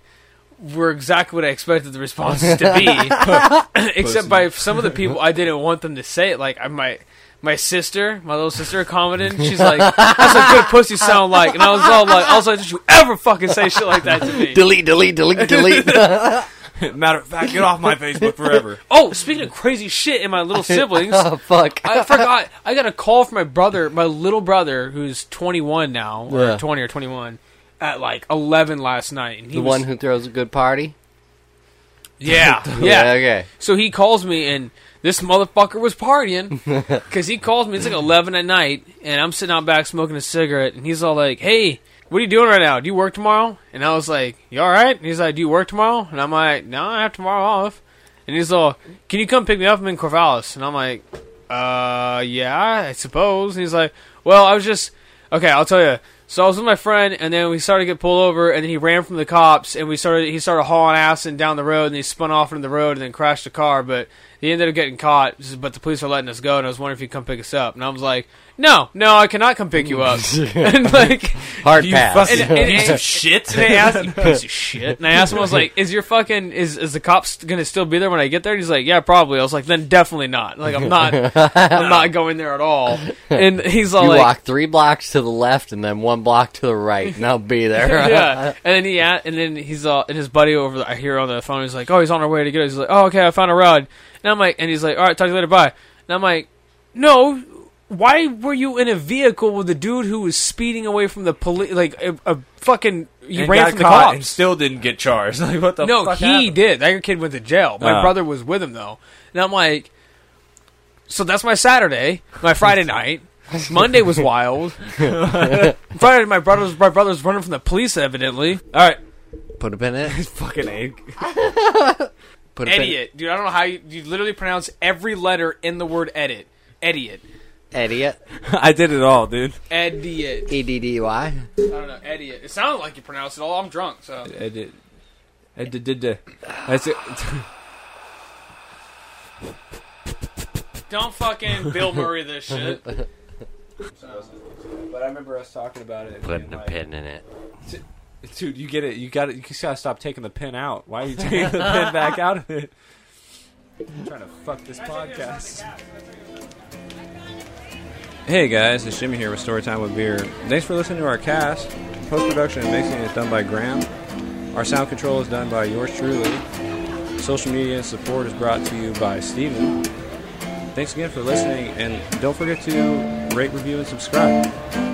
Speaker 5: were exactly what I expected the responses to be, except by some of the people I didn't want them to say it. Like I might. My sister, my little sister, commented. She's like, "That's a good pussy sound like," and I was all like, "I was like, did you ever fucking say shit like that to me?"
Speaker 1: Delete, delete, delete, delete.
Speaker 3: Matter of fact, get off my Facebook forever.
Speaker 5: Oh, speaking of crazy shit in my little siblings,
Speaker 1: oh fuck!
Speaker 5: I forgot. I got a call from my brother, my little brother, who's 21 now, or
Speaker 1: Yeah.
Speaker 5: 20 or 21, at like 11 last night. And he
Speaker 1: the
Speaker 5: was,
Speaker 1: one who throws a good party.
Speaker 5: yeah, yeah.
Speaker 1: Okay.
Speaker 5: So he calls me, and this motherfucker was partying because he calls me. It's like 11 at night, and I'm sitting out back smoking a cigarette, and he's all like, "Hey, what are you doing right now? Do you work tomorrow?" And I was like, "You all right?" And he's like, "Do you work tomorrow?" And I'm like, "No, I have tomorrow off." And he's all, "Can you come pick me up? I'm in Corvallis." And I'm like, "Uh, yeah, I suppose." And he's like, "Well, I was just okay. I'll tell you." So I was with my friend, and then we started to get pulled over, and then he ran from the cops, and we started. He started hauling ass and down the road, and he spun off into the road, and then crashed a car. But he ended up getting caught. But the police are letting us go, and I was wondering if you'd come pick us up. And I was like, "No, no, I cannot come pick you up." and like,
Speaker 1: Hard pass.
Speaker 5: and, and-
Speaker 4: Piece
Speaker 5: and-
Speaker 4: of shit.
Speaker 5: and I asked, you piece of shit. And I asked him, I was like, is your fucking, is, is the cops going to still be there when I get there? And he's like, yeah, probably. I was like, then definitely not. Like, I'm not, I'm not going there at all. And he's all
Speaker 1: you
Speaker 5: like,
Speaker 1: walk three blocks to the left and then one block to the right, and I'll be there.
Speaker 5: yeah. And then he, a- and then he's all, and his buddy over, the, I hear on the phone, he's like, oh, he's on our way to get us. He's like, oh, okay, I found a ride. And I'm like, and he's like, all right, talk to you later, bye. And I'm like, no, why were you in a vehicle with a dude who was speeding away from the police? Like, a, a fucking, you
Speaker 3: And
Speaker 5: ran
Speaker 3: got
Speaker 5: from the
Speaker 3: caught
Speaker 5: cops.
Speaker 3: and still didn't get charged. Like what the
Speaker 5: no,
Speaker 3: fuck
Speaker 5: he
Speaker 3: happened?
Speaker 5: did. That kid went to jail. My
Speaker 3: Ah.
Speaker 5: brother was with him though, and I'm like, so that's my Saturday, my Friday night. Monday was wild. Friday, my brother's my brother's running from the police. Evidently,
Speaker 3: All right,
Speaker 1: Put a pin in it.
Speaker 3: fucking egg.
Speaker 1: Put a pin-
Speaker 5: idiot, dude. I don't know how you you literally pronounce every letter in the word edit. Idiot,
Speaker 1: Idiot.
Speaker 3: I did it all, dude.
Speaker 5: idiot.
Speaker 1: E D D Y.
Speaker 5: I don't know, idiot. It sounded like you pronounced it all. I'm drunk, so
Speaker 3: I did. I did. did, did. That's it.
Speaker 5: don't fucking Bill Murray this shit.
Speaker 3: But I remember us talking about it.
Speaker 1: Putting a pin in it.
Speaker 3: Dude, you get it. You got it. You just gotta stop taking the pin out. Why are you taking the pin back out of it? I'm trying to fuck this podcast. Hey guys, it's Jimmy here with Storytime with Beer. Thanks for listening to our cast. Post production and mixing is done by Graham. Our sound control is done by yours truly. Social media and support is brought to you by Steven. Thanks again for listening, and don't forget to rate, review, and subscribe.